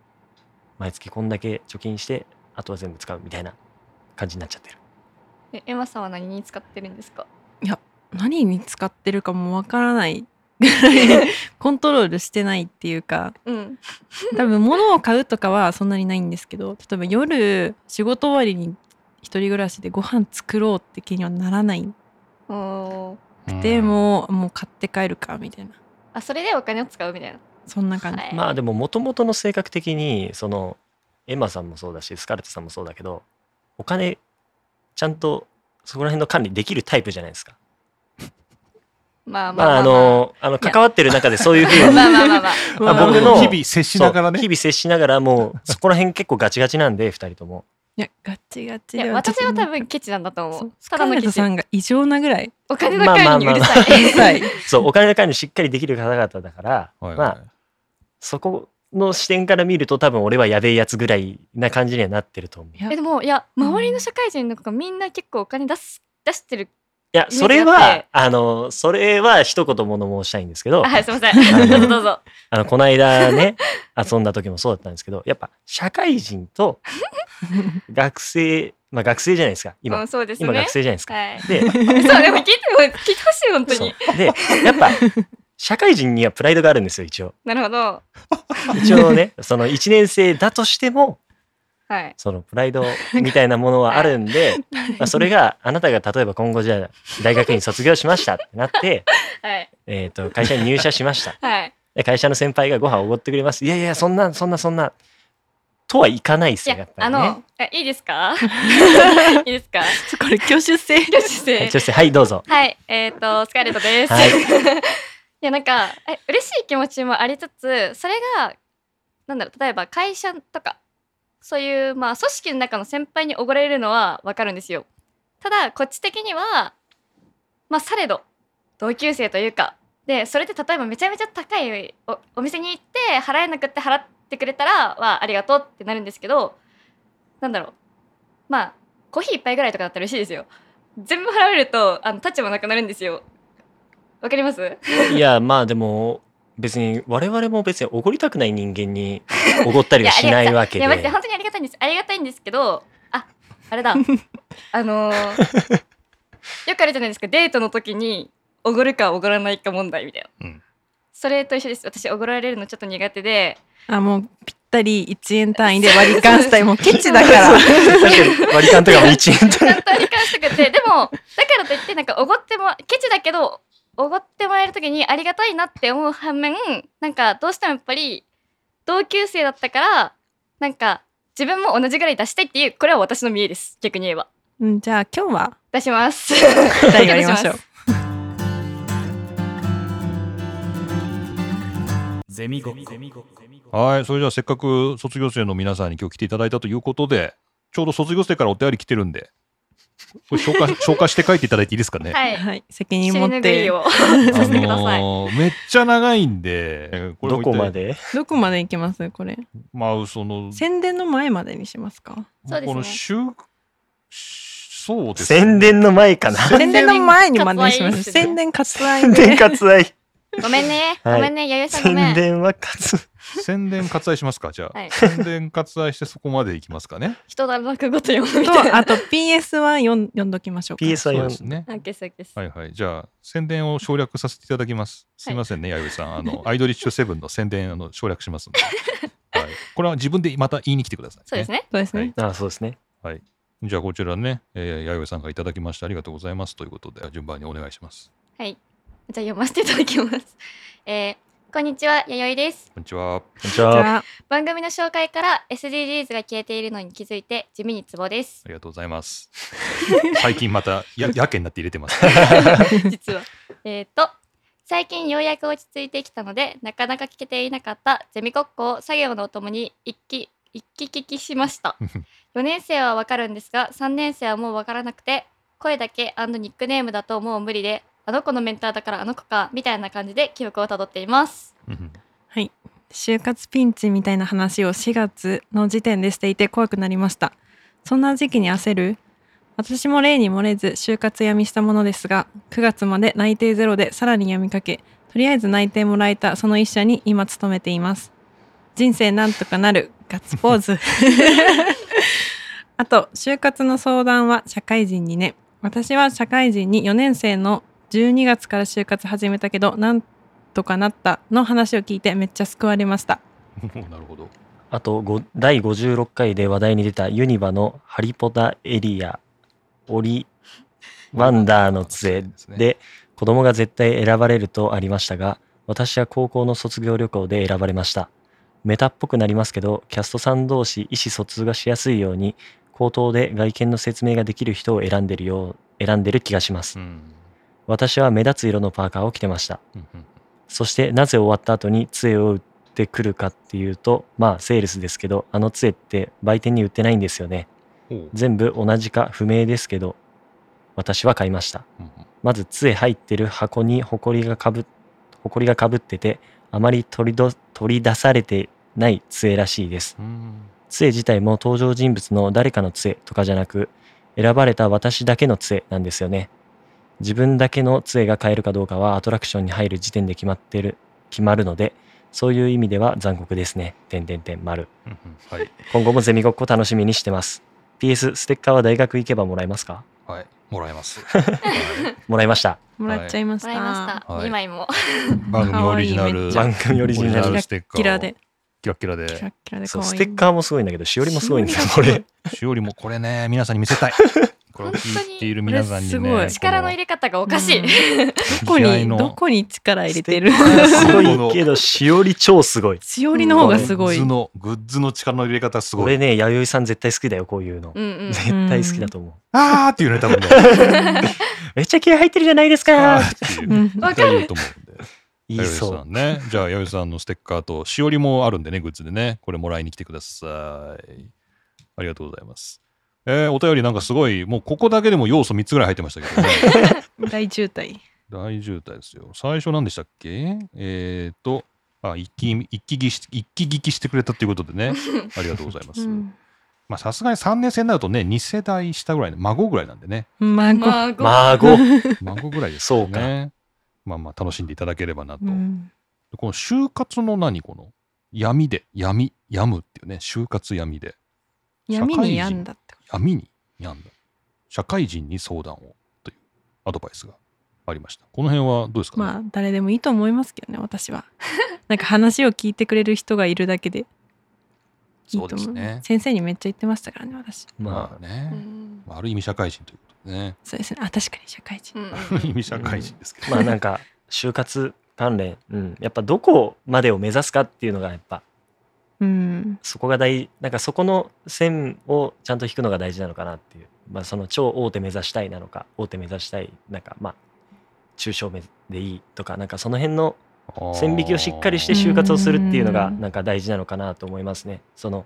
[SPEAKER 2] 毎月こんだけ貯金してあとは全部使うみたいな感じになっちゃってる
[SPEAKER 3] えエマさんは何に使ってるんですか
[SPEAKER 4] 何に使ってるかもわからないぐらいコントロールしてないっていうか
[SPEAKER 3] うん
[SPEAKER 4] 多分物を買うとかはそんなにないんですけど例えば夜仕事終わりに一人暮らしでご飯作ろうって気にはならない
[SPEAKER 3] おー
[SPEAKER 1] うん
[SPEAKER 4] で、もうもう買って帰るかみたいな
[SPEAKER 3] あそれでお金を使うみたいな
[SPEAKER 4] そんな感じ、
[SPEAKER 3] はい
[SPEAKER 2] まあでももともとの性格的にそのエマさんもそうだしスカレットさんもそうだけどお金ちゃんとそこら辺の管理できるタイプじゃないですか。
[SPEAKER 3] まあまあ
[SPEAKER 2] まああのあの
[SPEAKER 3] いや
[SPEAKER 2] 関わってる中でそういうふう に
[SPEAKER 3] まあまあまあ まあ
[SPEAKER 2] あ
[SPEAKER 1] なるほ
[SPEAKER 2] 僕
[SPEAKER 1] ど
[SPEAKER 2] の
[SPEAKER 1] 日々接しながらね。
[SPEAKER 2] そう日々接しながらもうそこら辺結構ガチガチなんで2人とも。
[SPEAKER 4] いやガチガチ
[SPEAKER 3] い
[SPEAKER 4] で
[SPEAKER 3] や私は多
[SPEAKER 4] 分
[SPEAKER 3] 分ケチなんだと思うた
[SPEAKER 4] カ
[SPEAKER 3] だの
[SPEAKER 4] メ
[SPEAKER 3] ケ
[SPEAKER 4] ラ
[SPEAKER 3] チ
[SPEAKER 4] さんが異常なぐらい
[SPEAKER 3] お金の管理にうるさい、
[SPEAKER 4] うるさい
[SPEAKER 2] そうお金の管理しっかりできる方々だから、
[SPEAKER 1] はい
[SPEAKER 2] ま
[SPEAKER 1] はい
[SPEAKER 2] あそこの視点から見ると多分俺はやべえやつぐらいな感じにはなってると思う。い
[SPEAKER 4] いや
[SPEAKER 3] えでもいや周りの社会人の子がみんな結構お金出す出してる
[SPEAKER 2] やそれ
[SPEAKER 3] イメージあっ
[SPEAKER 2] は
[SPEAKER 3] て
[SPEAKER 2] あのそれは一言物申したいんですけど。
[SPEAKER 3] あはいすいませんどうぞどうぞ
[SPEAKER 2] あの、この間ね、遊んだ時もそうだったんですけど、やっぱ社会 人と学生、まあ学生じゃないですか、今。
[SPEAKER 3] うん、そうですね
[SPEAKER 2] 今学生じゃないですか。
[SPEAKER 3] はい
[SPEAKER 2] で、
[SPEAKER 3] そうでも聞いても聞いてほしい本当
[SPEAKER 2] そう
[SPEAKER 3] に
[SPEAKER 2] で、やっぱ、社会人にはプライドがあるんですよ、一応。
[SPEAKER 3] なるほど
[SPEAKER 2] 一応ね、その1年生だとしても、
[SPEAKER 3] はい。
[SPEAKER 2] そのプライ ドみたいなものはあるんで、まあ、それがあなたが例えば今後じゃあ大学院卒業しましたってな って、
[SPEAKER 3] はい。
[SPEAKER 2] えー、と会社に入社しました
[SPEAKER 3] はい。
[SPEAKER 2] で会社の先輩がご飯をおごってくれますいやいやそんなそんなそんなとはいかないです
[SPEAKER 3] い
[SPEAKER 2] よ
[SPEAKER 3] や
[SPEAKER 2] やっ、ぱ
[SPEAKER 3] あ
[SPEAKER 2] りね。
[SPEAKER 3] の、えいいですか いいです か
[SPEAKER 4] ちょこれ挙手 制
[SPEAKER 3] 女子生
[SPEAKER 2] はい、女性はいどうぞ。
[SPEAKER 3] はい、えっ、と、スカーレットです。
[SPEAKER 2] はい
[SPEAKER 3] い、や、なんか、え嬉しい気持ちもありつつ、それが、なんだろう、例えば会社とか、そういう、まあ、組織の中の先輩におごられるのはわかるんですよ。ただ、こっち的には、まあ、されど、同級生というか、で、それで例えばめちゃめちゃ高いおお店に行って、払えなくって払ってくれたら、はありがとうってなるんですけど、なんだろう、まあ、コーヒー一杯ぐらいとかだったら嬉しいですよ。全部払われるとあの立ちもなくなるんですよわかります
[SPEAKER 2] いやまあでも別に我々も別におごりたくない人間におごったりはしないわけ
[SPEAKER 3] い
[SPEAKER 2] で
[SPEAKER 3] や待って本当にありがたいんですありがたいんですけどああ れだあのーよくあるじゃないですかデートの時におごるかおごらないか問題みたいな、
[SPEAKER 1] うん
[SPEAKER 3] それと一緒です私おごられるのちょっと苦手で
[SPEAKER 4] あもうぴったり1円単位で割り勘したいもうケチだから
[SPEAKER 2] 確かに割り勘とかも1円と
[SPEAKER 3] ちゃ
[SPEAKER 2] か
[SPEAKER 3] んとに関してくれてでもだからといってなんかおごってもケチだけどおごってもらえる時にありがたいなって思う反面なんかどうしてもやっぱり同級生だったからなんか自分も同じぐらい出したいっていうこれは私の見えです逆に言えば
[SPEAKER 4] うんじゃあ今日は
[SPEAKER 3] 出します
[SPEAKER 4] 2人やりましょう
[SPEAKER 6] ゼミごっこ。
[SPEAKER 1] はい、それじゃあせっかく卒業生の皆さんに今日来ていただいたということで、ちょうど卒業生からお便り来てるんで、これ消 化消化して書いていただいていいですかね。
[SPEAKER 3] はい
[SPEAKER 4] はい責任
[SPEAKER 3] 尻
[SPEAKER 4] 持っ
[SPEAKER 3] 拭い
[SPEAKER 4] て
[SPEAKER 3] を
[SPEAKER 1] あ
[SPEAKER 3] させてください、
[SPEAKER 1] のーめっちゃ長いんで、れ
[SPEAKER 2] ど
[SPEAKER 1] もう一
[SPEAKER 2] こ
[SPEAKER 1] 回
[SPEAKER 2] まで
[SPEAKER 4] どこまで行きますこれ
[SPEAKER 1] まあ、その、
[SPEAKER 4] 宣伝の前までにしますか
[SPEAKER 3] そうですね
[SPEAKER 1] この週、しそうですね
[SPEAKER 2] 宣伝の前かな
[SPEAKER 4] 宣伝の前にまでにし
[SPEAKER 3] 割愛
[SPEAKER 4] ます
[SPEAKER 3] ですね
[SPEAKER 4] 宣伝割愛
[SPEAKER 2] 宣伝
[SPEAKER 4] で
[SPEAKER 2] 割愛
[SPEAKER 3] ごめんね、
[SPEAKER 2] はい
[SPEAKER 3] ごめんね弥生さんごめ
[SPEAKER 2] 宣
[SPEAKER 3] ん
[SPEAKER 2] 伝は勝つ
[SPEAKER 1] 宣伝割愛しますか、じゃあ。
[SPEAKER 3] はい
[SPEAKER 1] 宣伝割愛してそこまでいきますかね。
[SPEAKER 3] 人だなくごと読むみたい
[SPEAKER 4] と
[SPEAKER 3] な
[SPEAKER 4] あと PS は読ん読んどきましょうか
[SPEAKER 2] PS
[SPEAKER 1] そう
[SPEAKER 2] は
[SPEAKER 1] ですね。
[SPEAKER 3] オッケーですオッケーです
[SPEAKER 1] はいはい。じゃあ、宣伝を省略させていただきます。すいませんね、弥生さん。あの、アイドリッシュセブンの宣伝あの省略します んで。はい。これは自分でまた言いに来てください、
[SPEAKER 3] そうですね
[SPEAKER 4] そうですね、
[SPEAKER 1] はい
[SPEAKER 2] ああそうですね
[SPEAKER 1] じゃあこちらね、えー、弥生さんからいただきましてありがとうございますということで順番にお願いします。
[SPEAKER 3] はいじゃあ読ませていただきますえー、こんにちは弥生です
[SPEAKER 1] こんにちは。
[SPEAKER 2] こんにち
[SPEAKER 4] じ
[SPEAKER 2] は
[SPEAKER 4] ゃあ
[SPEAKER 3] 番組の紹介から SDGs が消えているのに気づいて地味にツボです
[SPEAKER 1] ありがとうございます。最近またや やけになって入れてます。
[SPEAKER 3] 実はえっと最近ようやく落ち着いてきたのでなかなか聞けていなかったゼミ国交を作業のおともに一気一気聞きしました4年生はわかるんですが3年生はもうわからなくて声だけニックネームだともう無理であの子のメンターだからあの子かみたいな感じで記憶をたどっています
[SPEAKER 1] うん
[SPEAKER 4] 就活ピンチみたいな話を4月の時点でしていて怖くなりましたそんな時期に焦る私も例に漏れず就活闇したものですが9月まで内定ゼロでさらに闇かけとりあえず内定もらえたその一社に今勤めています人生なんとかなるガッツポーズ あと就活の相談は社会人にね私は社会人に4年生の12月から就活始めたけどなんとかなったの話を聞いてめっちゃ救われました
[SPEAKER 1] なるほど。
[SPEAKER 2] あとご第56回で話題に出たユニバの「ハリポタエリア」「オリワンダーの杖」で子供が絶対選ばれるとありましたが私は高校の卒業旅行で選ばれましたメタっぽくなりますけどキャストさん同士意思疎通がしやすいように口頭で外見の説明ができる人を選んでるよう選んでる気がします
[SPEAKER 1] うん。
[SPEAKER 2] 私は目立つ色のパーカーを着てました
[SPEAKER 1] うんうん
[SPEAKER 2] そしてなぜ終わった後に杖を売ってくるかっていうとまあセールスですけどあの杖って売店に売ってないんですよね
[SPEAKER 1] ほううん
[SPEAKER 2] 全部同じか不明ですけど私は買いました
[SPEAKER 1] うん
[SPEAKER 2] まず杖入ってる箱にホコリがかぶホコリがかぶっててあまり取りど取り出されてない杖らしいです
[SPEAKER 1] うん
[SPEAKER 2] 杖自体も登場人物の誰かの杖とかじゃなく選ばれた私だけの杖なんですよね自分だけの杖が買えるかどうかはアトラクションに入る時点で決まってる決まるのでそういう意味では残酷ですね点点点丸
[SPEAKER 1] うんうんはい。
[SPEAKER 2] 今後もゼミごっこ楽しみにしてます PS ステッカーは大学行けばもらえますか
[SPEAKER 1] はい。もらえます。はい
[SPEAKER 2] もらいました
[SPEAKER 4] もらっちゃいま
[SPEAKER 3] も
[SPEAKER 4] した、
[SPEAKER 3] らいました、
[SPEAKER 1] はい
[SPEAKER 3] 2枚も
[SPEAKER 1] 番組オリジナル。
[SPEAKER 4] かわ
[SPEAKER 2] いいめっちゃ
[SPEAKER 1] 番組オリジナルステッカーを。
[SPEAKER 4] キラで
[SPEAKER 1] キラッキラ
[SPEAKER 4] キ
[SPEAKER 1] で。
[SPEAKER 4] ラッキラで可
[SPEAKER 2] そ
[SPEAKER 4] 愛
[SPEAKER 2] う
[SPEAKER 4] い
[SPEAKER 2] ステッカーもすごいんだけどしおりもすごいんだけど
[SPEAKER 4] し
[SPEAKER 2] こ
[SPEAKER 4] おりが
[SPEAKER 2] れ
[SPEAKER 1] しおりもこれね、皆さんに見せたい。これを聞いている皆さんに
[SPEAKER 4] 本当にこ
[SPEAKER 1] ね。
[SPEAKER 4] れすごい
[SPEAKER 3] 力の入れ方がおかしい。
[SPEAKER 4] うどこ
[SPEAKER 1] こ
[SPEAKER 4] にどこに力入れてる
[SPEAKER 2] ステッカーすごいけどしおり超すごい
[SPEAKER 4] しおりの方がすごい
[SPEAKER 1] グッズの、グッズの力の入れ方すご
[SPEAKER 2] これ
[SPEAKER 1] い。
[SPEAKER 2] ね弥生さん絶対好きだよこういうの
[SPEAKER 3] うんうん。
[SPEAKER 2] 絶対好きだと思う
[SPEAKER 1] あーって いうね、多分ね。
[SPEAKER 2] めっちゃ気合入ってるじゃないですか
[SPEAKER 1] あーっていうう。
[SPEAKER 4] ん
[SPEAKER 1] 絶対言うと思うんで。
[SPEAKER 2] 言い
[SPEAKER 1] 弥
[SPEAKER 2] そ
[SPEAKER 1] 生
[SPEAKER 2] う
[SPEAKER 1] さんね。じゃあ、弥生さんのステッカーと、しおりもあるんでね、グッズでね、これもらいに来てください。ありがとうございます。えーお便りなんかすごい、もうここだけでも要素3つぐらい入ってましたけどね。
[SPEAKER 4] 大渋滞
[SPEAKER 1] 大渋滞ですよ。最初何でしたっけえー、と、あ、一気に、一気聞きし、一気聞きしてくれたということでね、ありがとうございます。
[SPEAKER 4] うん
[SPEAKER 1] まあ、さすがに3年生になるとね、2世代下ぐらいの、孫ぐらいなんでね、
[SPEAKER 4] 孫、
[SPEAKER 3] まあ、ご
[SPEAKER 2] 孫
[SPEAKER 1] 孫ぐらいですよね。まあまあ、楽しんでいただければなと。
[SPEAKER 4] うん
[SPEAKER 1] この就活の何この闇で闇病むっていうね就活闇で
[SPEAKER 4] 闇に病んだってこ
[SPEAKER 1] 闇に病んだ社会人に相談をというアドバイスがありましたこの辺はどうですか
[SPEAKER 4] と
[SPEAKER 1] ね、
[SPEAKER 4] まあ誰でもいいと思いますけどね 私はなんか話を聞いてくれる人がいるだけでいいと
[SPEAKER 1] そうで
[SPEAKER 4] 思
[SPEAKER 1] す
[SPEAKER 4] う
[SPEAKER 1] ね
[SPEAKER 4] 先生にめっちゃ言ってましたからね私
[SPEAKER 2] ま
[SPEAKER 1] まあね
[SPEAKER 3] う、ん
[SPEAKER 1] まあ、ある意味社会人ということでね
[SPEAKER 4] そうですねあ確かに社会人
[SPEAKER 3] うんうん
[SPEAKER 1] ある 意味社会人ですけど、
[SPEAKER 2] あまあなんか就活関連、うん、やっぱどこまでを目指すかっていうのがやっぱ
[SPEAKER 4] うん
[SPEAKER 2] そこが大なんかそこの線をちゃんと引くのが大事なのかなっていう、まあ、その超大手目指したいなのか大手目指したいなんかまあ中小目でいいとかなんかその辺の線引きをしっかりして就活をするっていうのが
[SPEAKER 4] うん
[SPEAKER 2] なんか大事なのかなと思いますね。その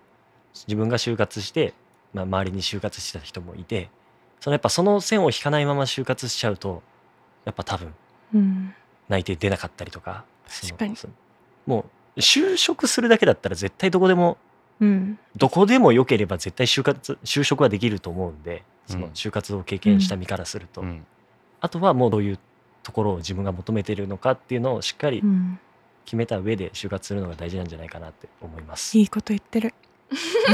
[SPEAKER 2] 自分が就活して、まあ、周りに就活してた人もいてそのやっぱその線を引かないまま就活しちゃうとやっぱ多分
[SPEAKER 4] うん
[SPEAKER 2] 内定出なかったりとかその
[SPEAKER 4] 確かに
[SPEAKER 2] そのもう就職するだけだったら絶対どこでも
[SPEAKER 4] うん
[SPEAKER 2] どこでも良ければ絶対就活就職はできると思うんでその
[SPEAKER 1] うん
[SPEAKER 2] 就活を経験した身からすると、
[SPEAKER 1] うん
[SPEAKER 2] あとはもうどういうところを自分が求めているのかっていうのをしっかり
[SPEAKER 4] うん
[SPEAKER 2] 決めた上で就活するのが大事なんじゃないかなって思います。
[SPEAKER 4] いいこと言ってる
[SPEAKER 1] は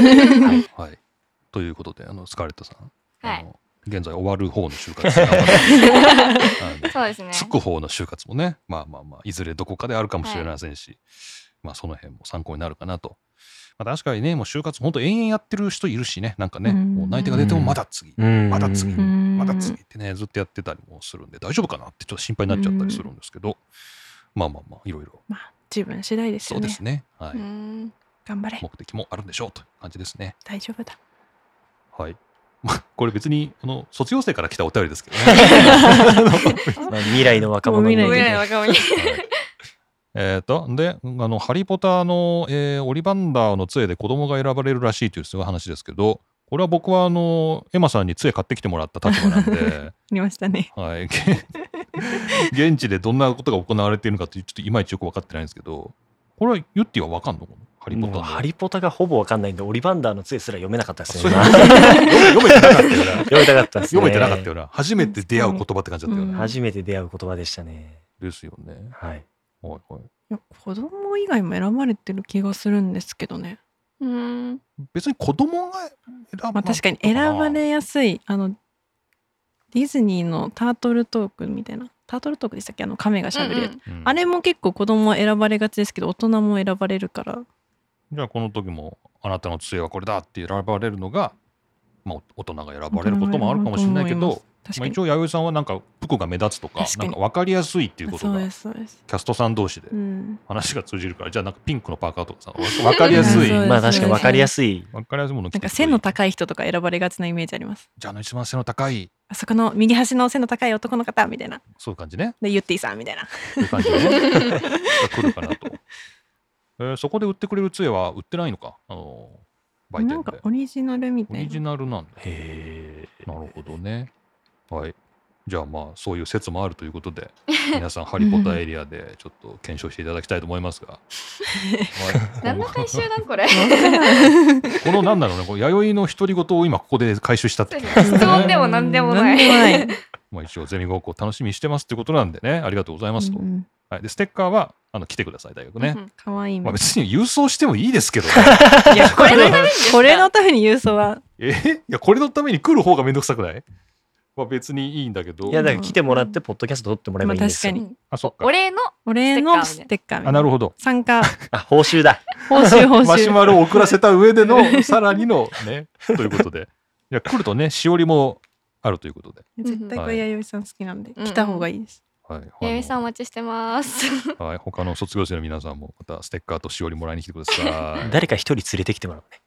[SPEAKER 1] い、はい、ということであのスカーレットさん、
[SPEAKER 3] はい
[SPEAKER 1] あの現在終わる方の就活頑張ってあの
[SPEAKER 3] そうですね。
[SPEAKER 1] つく方の就活もねまあまあまあいずれどこかであるかもしれませんし、まあその辺も参考になるかなと、まあ、確かにねもう就活本当延々やってる人いるしねなんかね、
[SPEAKER 4] うん
[SPEAKER 1] もう内定が出てもまだ次、
[SPEAKER 2] うん
[SPEAKER 1] まだ次、
[SPEAKER 2] うん
[SPEAKER 1] まだ次ってねずっとやってたりもするんで大丈夫かなってちょっと心配になっちゃったりするんですけど、まあまあまあいろいろ
[SPEAKER 4] まあ自分次第です
[SPEAKER 1] そ
[SPEAKER 4] よ
[SPEAKER 1] う
[SPEAKER 4] ね
[SPEAKER 1] ですね、はい、
[SPEAKER 3] うん
[SPEAKER 4] 頑張れ
[SPEAKER 1] 目的もあるんでしょうという感じですね
[SPEAKER 4] 大丈夫だ
[SPEAKER 1] はい。まあ、これ別にあの卒業生から来たお便りですけどね。
[SPEAKER 2] まあ、未来の若者に
[SPEAKER 4] もう
[SPEAKER 3] 未
[SPEAKER 4] 未
[SPEAKER 3] 来の若者に。
[SPEAKER 1] はいえっとであの「ハリー・ポターの」えーオリバンダーの杖で子供が選ばれるらしいというすごい話ですけどこれは僕はあのエマさんに杖買ってきてもらった立場なん で、
[SPEAKER 4] ありましたね
[SPEAKER 1] はい、 げ現地でどんなことが行われているのかってちょっといまいちよく分かってないんですけどこれはユッティは分かんのこのハリー・ポタ
[SPEAKER 2] もう
[SPEAKER 1] ーの
[SPEAKER 2] ハリポタがほぼわかんないんでオリバンダーの杖すら読めなかったです
[SPEAKER 1] そ
[SPEAKER 2] ね。
[SPEAKER 1] う
[SPEAKER 2] 今
[SPEAKER 1] 読めてなかったよな
[SPEAKER 2] 読めたかったですね。
[SPEAKER 1] 読めてなかったよな初めて出会う言葉って感じだったよ
[SPEAKER 4] うん
[SPEAKER 1] な、
[SPEAKER 2] 初めて出会う言葉でしたね。
[SPEAKER 1] ですよね
[SPEAKER 2] はい。
[SPEAKER 1] はいはい
[SPEAKER 4] いや子供以外も選ばれてる気がするんですけどね
[SPEAKER 3] うん。
[SPEAKER 1] 別に子供が選
[SPEAKER 4] まあ、確かに選ばれやすいあのディズニーのタートルトークみたいなタートルトークでしたっけあの亀がしゃべるやつ、
[SPEAKER 1] うん
[SPEAKER 4] あれも結構子供は選ばれがちですけど大人も選ばれるから
[SPEAKER 1] じゃあこの時もあなたの杖はこれだって選ばれるのが、まあ、大人が選ばれることもあるかもしれないけどま
[SPEAKER 4] 確
[SPEAKER 1] あ、
[SPEAKER 4] かに
[SPEAKER 1] 一応弥生さんはなんか服が目立つとか
[SPEAKER 4] 確か
[SPEAKER 1] なん
[SPEAKER 4] に
[SPEAKER 1] か分かりやすいっていうこと
[SPEAKER 4] そう
[SPEAKER 1] が
[SPEAKER 4] で
[SPEAKER 1] キ
[SPEAKER 4] すそうです
[SPEAKER 1] ャストさん同士で
[SPEAKER 4] うん
[SPEAKER 1] 話が通じるから、じゃあなんかピンクのパーカーとかさ分かりやすい
[SPEAKER 4] そうです
[SPEAKER 2] まあ確かにわかりやすい。
[SPEAKER 1] 分かりやすいもの着
[SPEAKER 4] な
[SPEAKER 1] て
[SPEAKER 4] んか背の
[SPEAKER 1] い
[SPEAKER 4] 高い人とか選ばれがちなイメージあります
[SPEAKER 1] じゃああの一番背の高い
[SPEAKER 4] あそこの右端の背の高い男の方みたいな
[SPEAKER 1] そういう感じね
[SPEAKER 4] でユッティさんみたいな
[SPEAKER 1] そういう感じねが来るかなと、えーそこで売ってくれる杖は売ってないのかあのー売
[SPEAKER 4] な
[SPEAKER 1] 店
[SPEAKER 4] んか
[SPEAKER 1] で
[SPEAKER 4] オリジナルみ
[SPEAKER 1] オ
[SPEAKER 4] たい
[SPEAKER 1] リジ
[SPEAKER 4] な
[SPEAKER 1] ナルなんだ
[SPEAKER 2] へえ。
[SPEAKER 1] なるほどね。はい。じゃあまあそういう説もあるということで 皆さん「ハリポタ」エリアでちょっと検証していただきたいと思います が、はい
[SPEAKER 3] 何の回収なんこれ。
[SPEAKER 1] この 何だろうねこう弥生の独り言を今ここで回収したってことです
[SPEAKER 3] 質問で
[SPEAKER 1] ね、
[SPEAKER 3] も何でもない。
[SPEAKER 4] 何でもない
[SPEAKER 1] まあ、一応ゼミごっこを楽しみにしてますってことなんでねありがとうございますと、
[SPEAKER 4] うんうん
[SPEAKER 1] はい、でステッカーはあの来てください大学ね、
[SPEAKER 3] うん
[SPEAKER 4] 可愛いみ
[SPEAKER 1] まあ、
[SPEAKER 4] たいな
[SPEAKER 1] 別に郵送してもいいですけど
[SPEAKER 4] いやこれの
[SPEAKER 3] ですか
[SPEAKER 4] これのために郵送は
[SPEAKER 1] えいやこれのために来る方がめんどくさくないは別にいいんだけど
[SPEAKER 2] いや、だから来てもらって、ポッドキャスト撮ってもらえばいいんですよ。
[SPEAKER 4] まあ
[SPEAKER 1] あそっか
[SPEAKER 3] お礼の
[SPEAKER 4] お礼のステッカーみたい
[SPEAKER 1] あなるほど
[SPEAKER 4] 参加
[SPEAKER 2] あ、報酬だ。
[SPEAKER 4] 報酬報 酬
[SPEAKER 1] マシュマロを送らせた上でのさらにのね ということでいや来るとねしおりもあるということで、
[SPEAKER 4] 絶対こ
[SPEAKER 1] はい
[SPEAKER 4] れ弥生さん好きなんで、
[SPEAKER 3] うん
[SPEAKER 4] 来た方がいいです。
[SPEAKER 1] はい、
[SPEAKER 3] 弥生さんお
[SPEAKER 1] は、
[SPEAKER 3] 待ちしてます。
[SPEAKER 1] はい、他の卒業生の皆さんもまたステッカーとしおりもらいに来てください
[SPEAKER 2] 誰か一人連れてきてもらうね。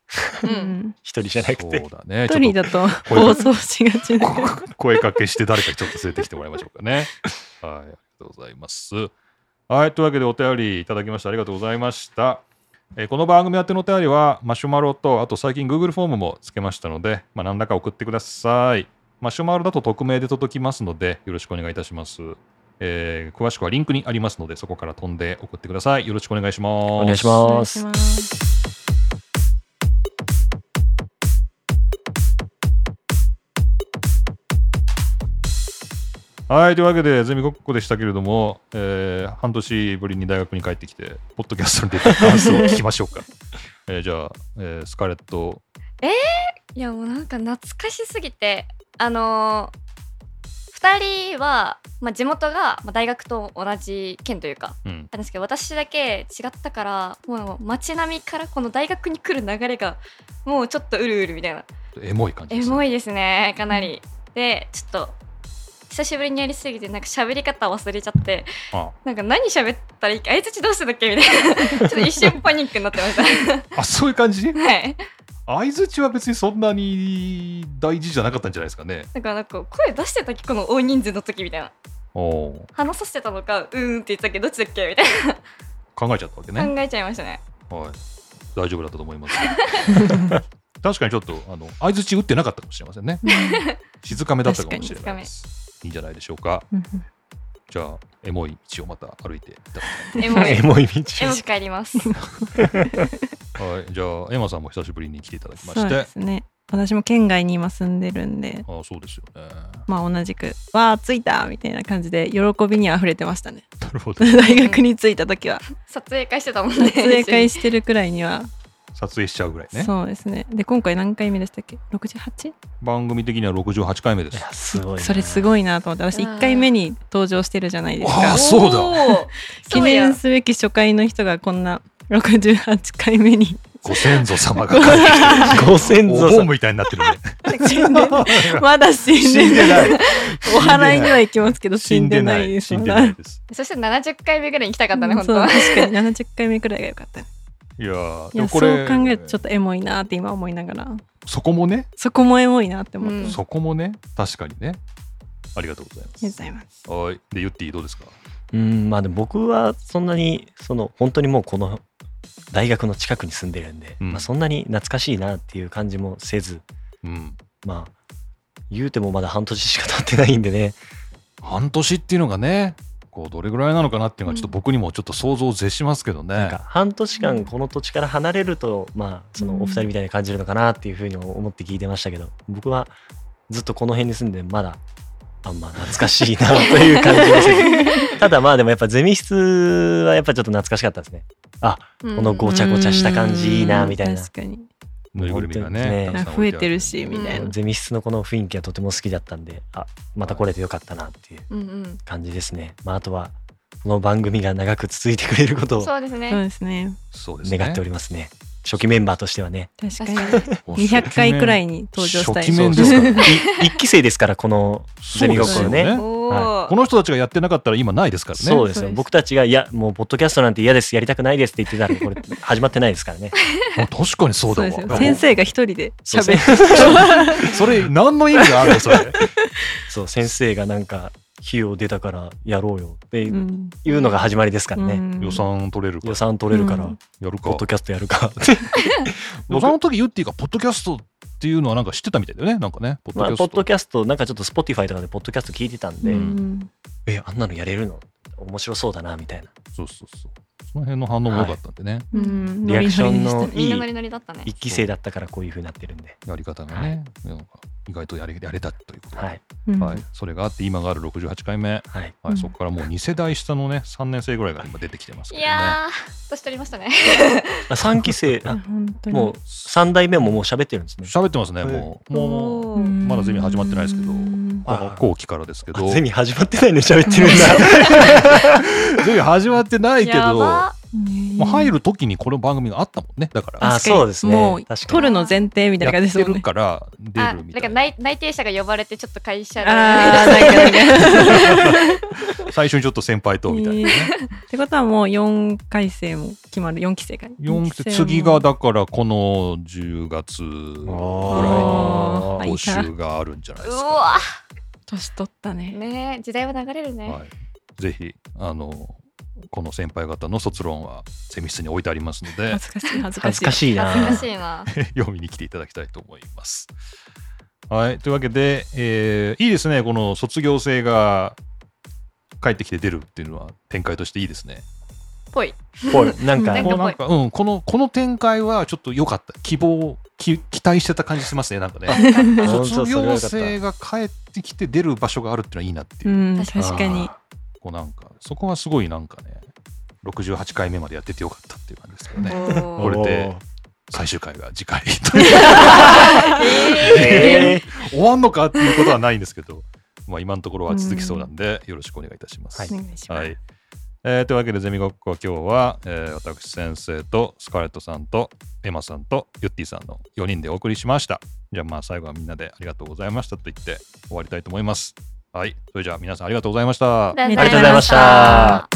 [SPEAKER 3] う
[SPEAKER 4] うんん
[SPEAKER 2] 一人じゃなく
[SPEAKER 1] そ
[SPEAKER 2] て
[SPEAKER 1] う。だね
[SPEAKER 4] 一人だと
[SPEAKER 1] こういう
[SPEAKER 4] 暴走しがちで。
[SPEAKER 1] 声かけして誰かちょっと連れてきてもらいましょうかね。はい、ありがとうございます。はい、というわけでお便りいただきましてありがとうございました。えーこの番組宛てのお便りはマシュマロとあと最近 Google フォームもつけましたので、まあ、何らか送ってください。マシュマロだと匿名で届きますのでよろしくお願いいたします。えー詳しくはリンクにありますのでそこから飛んで送ってください。よろしくお願いします。
[SPEAKER 2] お願いし
[SPEAKER 4] お
[SPEAKER 2] ま
[SPEAKER 4] 願い
[SPEAKER 2] す
[SPEAKER 4] し。ます。
[SPEAKER 1] はい、というわけで、ゼミごっこでしたけれども、えー半年ぶりに大学に帰ってきて、ポッドキャストに出たダンスを聞きましょうか。 えーじゃあ、えースカーレット、
[SPEAKER 3] いやもうなんか懐かしすぎてあのー、2人は、まあ、地元が、まあ、大学と同じ県というか
[SPEAKER 1] うん、
[SPEAKER 3] なんですけど私だけ違ったからもう街並みからこの大学に来る流れがもうちょっとうるうるみたいな
[SPEAKER 1] エモい感じ
[SPEAKER 3] エ
[SPEAKER 1] です、
[SPEAKER 3] モいですねかなり、でちょっと久しぶりにやりすぎてなんか喋り方忘れちゃって
[SPEAKER 1] あ
[SPEAKER 3] なんか何喋ったらいいか相づちどうしてたっけみたいな ちょっと一瞬パニックになってました
[SPEAKER 1] あ、そういう感じ
[SPEAKER 3] はい
[SPEAKER 1] 相づちは別にそんなに大事じゃなかったんじゃないですかね。
[SPEAKER 3] だからなんか声出してたっけこの大人数の時みたいな
[SPEAKER 1] おー
[SPEAKER 3] 話させてたのかうーんって言ってたっけどどっちだっけみたい
[SPEAKER 1] 考えちゃったわけ
[SPEAKER 3] な、
[SPEAKER 1] ね。
[SPEAKER 3] 考えちゃいました ね
[SPEAKER 1] はい、大丈夫だったと思います。 確かにちょっと、あの、相づち打ってなかったかもしれませんね。静かめだったかもしれないです。いいんじゃないでしょうか。じゃあ、エモい道をまた歩いていただきたい
[SPEAKER 3] エモい
[SPEAKER 2] エモい道。
[SPEAKER 3] エモく帰り ます
[SPEAKER 1] はい、じゃあ、エマさんも久しぶりに来ていただきま
[SPEAKER 4] そ
[SPEAKER 1] し
[SPEAKER 4] う
[SPEAKER 1] て
[SPEAKER 4] で。すね。私も県外に今住んでるんで、
[SPEAKER 1] あそうですよね。
[SPEAKER 4] まあ同じく、わあ、着いたみたいな感じで、喜びに溢れてましたね。
[SPEAKER 1] なるほど。
[SPEAKER 4] 大学に着いた時は。
[SPEAKER 3] 撮影会してたもんね
[SPEAKER 4] 撮影会
[SPEAKER 3] し
[SPEAKER 4] してるくらいには、
[SPEAKER 1] 撮影しちゃうぐらいね。
[SPEAKER 4] そうですね。で、今回何回目でしたっけ ?68?
[SPEAKER 1] 番組的には68回目です
[SPEAKER 2] い。やすごいな。
[SPEAKER 4] それすごいなと思って、私1回目に登場してるじゃないです
[SPEAKER 1] わあ
[SPEAKER 4] か。
[SPEAKER 1] そうだ
[SPEAKER 4] 記念すべき初回の人がこんな68回目に。
[SPEAKER 1] ご先祖様が帰ってき
[SPEAKER 2] ご先
[SPEAKER 1] て、
[SPEAKER 2] 祖
[SPEAKER 1] お
[SPEAKER 2] 様
[SPEAKER 1] 盆。みたいになってるね。
[SPEAKER 4] まだ死ん
[SPEAKER 1] 死んで
[SPEAKER 4] でな。
[SPEAKER 1] ないい。
[SPEAKER 4] お祓いには行きますけど、死
[SPEAKER 1] 死
[SPEAKER 4] ん
[SPEAKER 1] ん
[SPEAKER 4] で
[SPEAKER 1] で
[SPEAKER 4] な。
[SPEAKER 1] ないい。死んでないです。
[SPEAKER 3] そして70回目ぐらいに来たかったね、本当
[SPEAKER 4] そう
[SPEAKER 3] は
[SPEAKER 4] 確かに70回目くらいが良かったね
[SPEAKER 1] いやー、
[SPEAKER 4] い
[SPEAKER 1] でも
[SPEAKER 4] やそ
[SPEAKER 1] こ
[SPEAKER 4] う
[SPEAKER 1] れ、
[SPEAKER 4] 考えるとちょっとエモいなって今思いながら
[SPEAKER 1] そこもね、
[SPEAKER 4] そこもエモいなって思って、
[SPEAKER 3] うん
[SPEAKER 4] ありがとう
[SPEAKER 1] そこもね、確かにね。ありがとうござい
[SPEAKER 4] ご
[SPEAKER 1] ます。
[SPEAKER 4] ざいます
[SPEAKER 1] はい。で、ゆってぃどうですか
[SPEAKER 2] うん、まあでも僕はそんなに、その本当にもうこの大学の近くに住んでるんで、
[SPEAKER 1] うん
[SPEAKER 2] まあそんなに懐かしいなっていう感じもせず、
[SPEAKER 1] うん。
[SPEAKER 2] まあ言うてもまだ半年しか経ってないんでね、
[SPEAKER 1] 半年っていうのがね、こう、どれぐらいなのかなっていうのは、ちょっと僕にもちょっと想像を絶しますけど
[SPEAKER 2] なん
[SPEAKER 1] ね
[SPEAKER 2] か。半年間この土地から離れると、まあそのお二人みたいに感じるのかなっていうふうに思って聞いてましたけど、僕はずっとこの辺に住んでまだあんま懐かしいなという感じです る。ただまあでもやっぱゼミ室はやっぱちょっと懐かしかったですね。
[SPEAKER 3] こ
[SPEAKER 2] このごちゃごちゃした感じいいな
[SPEAKER 4] うん
[SPEAKER 2] みたいな
[SPEAKER 4] 確かに
[SPEAKER 1] ぬいぐるみが
[SPEAKER 2] 本当
[SPEAKER 1] ねた
[SPEAKER 2] にね。
[SPEAKER 1] くさん
[SPEAKER 4] 増
[SPEAKER 1] 置い
[SPEAKER 4] え
[SPEAKER 1] あ
[SPEAKER 4] てるしみたいな、
[SPEAKER 3] うん
[SPEAKER 2] ゼミ室のこの雰囲気がとても好きだったんであまた来れてよかったなっていう
[SPEAKER 3] うんうん
[SPEAKER 2] 感じですね、まあ、あとはこの番組が長く続いてくれることを
[SPEAKER 3] そうです
[SPEAKER 4] そう
[SPEAKER 3] ね
[SPEAKER 4] ですね
[SPEAKER 1] そうですね。
[SPEAKER 2] 願っておりますね初期メンバーとしてはね
[SPEAKER 4] 確かに
[SPEAKER 1] 200
[SPEAKER 4] 200回くらいに登場したい
[SPEAKER 1] 初期面
[SPEAKER 2] そう
[SPEAKER 1] ですから
[SPEAKER 2] い一期生ですからこのゼミ学校
[SPEAKER 1] そう
[SPEAKER 2] の
[SPEAKER 1] ですよ
[SPEAKER 2] ね
[SPEAKER 1] ね
[SPEAKER 3] おお、
[SPEAKER 2] は
[SPEAKER 1] この人たちがやってなかったら今ないですからね。
[SPEAKER 2] そうです
[SPEAKER 4] そう
[SPEAKER 2] よ
[SPEAKER 4] です
[SPEAKER 2] 僕たちが「いやもうポッドキャストなんて嫌ですやりたくないです」って言ってたらこれ始まってないですからね
[SPEAKER 1] あ確かにそうだわ。
[SPEAKER 4] ですよ先生が一人で喋る
[SPEAKER 1] あそれ何の意味があるのそれ。
[SPEAKER 2] そう先生がなんか費用出たからやろうよってい
[SPEAKER 4] うん
[SPEAKER 2] うのが始まりですからね、
[SPEAKER 4] うん
[SPEAKER 1] 予算取れるか
[SPEAKER 2] 予算取れるから、
[SPEAKER 4] うん
[SPEAKER 1] やるか
[SPEAKER 2] ポッド。キャストやるか
[SPEAKER 1] 予算の時ユッティがポッドキャストっていうのはなんか知ってたみたいだよね。なんかね。ポ
[SPEAKER 2] まあ、
[SPEAKER 1] ッ
[SPEAKER 2] ポ
[SPEAKER 1] ドキャスト。
[SPEAKER 2] ッドキャスト、なんかちょっと Spotify とかでポッドキャスト聞いてたんで、
[SPEAKER 4] うん
[SPEAKER 2] え、あんなのやれるの面白そうだな、みたいな。
[SPEAKER 1] そうそうそう。その辺の反応も良かったんでね。
[SPEAKER 4] うん
[SPEAKER 2] リアクションの
[SPEAKER 4] ノリノリでし
[SPEAKER 3] みんなノリノリだったね
[SPEAKER 2] 一期生だったからこういう風になってるんで。
[SPEAKER 1] やり方がね。なんか意外とやれやれたということで。
[SPEAKER 2] は
[SPEAKER 1] はい
[SPEAKER 2] い。
[SPEAKER 4] たうん
[SPEAKER 1] それがあって今がある68回目。
[SPEAKER 2] はい。
[SPEAKER 1] は
[SPEAKER 4] う
[SPEAKER 1] い、
[SPEAKER 4] ん
[SPEAKER 1] そこからもう2世代下のね3年生ぐらいが今出てきてますけ
[SPEAKER 3] い
[SPEAKER 1] どね。
[SPEAKER 3] やー年取りましたね
[SPEAKER 2] 3期生、
[SPEAKER 4] あ
[SPEAKER 2] あ
[SPEAKER 4] 本当に
[SPEAKER 2] もう3代目ももう喋ってるんですね。
[SPEAKER 1] 喋ってますねもう。もう
[SPEAKER 3] おー
[SPEAKER 4] うん
[SPEAKER 1] まだゼミ始まってないですけど
[SPEAKER 4] うん
[SPEAKER 1] あの後期からですけど
[SPEAKER 2] ゼミ始まってないのに喋って るんだ。
[SPEAKER 1] ゼミ始まってないけ
[SPEAKER 3] や
[SPEAKER 1] ど
[SPEAKER 3] ば
[SPEAKER 1] もう入
[SPEAKER 4] る
[SPEAKER 1] る時にこの番組があったもんねだから
[SPEAKER 2] あ、そうですね。
[SPEAKER 4] もう
[SPEAKER 2] 確か
[SPEAKER 4] 取
[SPEAKER 2] に
[SPEAKER 4] るの前提みたいな
[SPEAKER 1] や
[SPEAKER 4] 感じ
[SPEAKER 1] っ
[SPEAKER 4] です
[SPEAKER 1] て
[SPEAKER 4] もん
[SPEAKER 1] る
[SPEAKER 4] ね
[SPEAKER 1] から出
[SPEAKER 3] あ
[SPEAKER 1] るみ
[SPEAKER 3] な
[SPEAKER 1] た
[SPEAKER 3] んか
[SPEAKER 1] いな
[SPEAKER 3] 内内定者が呼ばれてちょっと会社で
[SPEAKER 4] ああなんか なんか
[SPEAKER 1] 最初にちょっと先輩とみたいな、ね
[SPEAKER 4] ってことはもう4回生も決まる4期生が
[SPEAKER 1] 四期生次がだからこの10月ぐら
[SPEAKER 4] あ
[SPEAKER 1] い
[SPEAKER 4] ー
[SPEAKER 1] に募集があるんじゃないうです
[SPEAKER 3] わ
[SPEAKER 1] か、
[SPEAKER 4] 年取ったね
[SPEAKER 3] ねえ時代は流れるね、
[SPEAKER 1] はい、ぜひあのこの先輩方の卒論はゼミ室に置いてありますので
[SPEAKER 4] 恥ずかしい恥ずか
[SPEAKER 2] 恥
[SPEAKER 4] し
[SPEAKER 2] ず
[SPEAKER 4] い
[SPEAKER 2] かしいな。
[SPEAKER 3] 恥ずかしいな
[SPEAKER 1] 読みに来ていただきたいと思います。はい、というわけで、えーいいですね、この卒業生が帰ってきて出るっていうのは展開としていいですね。
[SPEAKER 3] ぽい
[SPEAKER 2] ぽいなん
[SPEAKER 3] な
[SPEAKER 2] か
[SPEAKER 3] ん、か
[SPEAKER 1] こうなんかうん、このこの展開はちょっと良かった、希望き、期待してた感じしますね、なんかね。
[SPEAKER 2] 本当
[SPEAKER 1] 卒
[SPEAKER 2] それは
[SPEAKER 1] 業
[SPEAKER 2] よかった
[SPEAKER 1] 生が帰ってきて出る場所があるっていうのはいいなって
[SPEAKER 4] う
[SPEAKER 1] いう、
[SPEAKER 4] ん
[SPEAKER 3] 確かに
[SPEAKER 4] 確かに
[SPEAKER 1] あーこうなんかそこはすごいなんかね、68回目までやっててよかったっていう感じですけどね、こ
[SPEAKER 3] お
[SPEAKER 1] れ
[SPEAKER 3] ー
[SPEAKER 1] で最終回が次回
[SPEAKER 2] おー え
[SPEAKER 1] 終わんのかっていうことはないんですけど、まあ、今のところは続きそうなんで、よろしくお願いいたします。
[SPEAKER 2] はい
[SPEAKER 4] お願いしま
[SPEAKER 1] はいえーというわけで、ゼミごっこは今日は、えー私先生とスカーレットさんとエマさんとユッティさんの4人でお送りしました。じゃあまあ最後はみんなでありがとうございましたと言って終わりたいと思います。はい。それじゃあ皆さんありがとうございました。
[SPEAKER 3] あ
[SPEAKER 4] り
[SPEAKER 2] がとうございました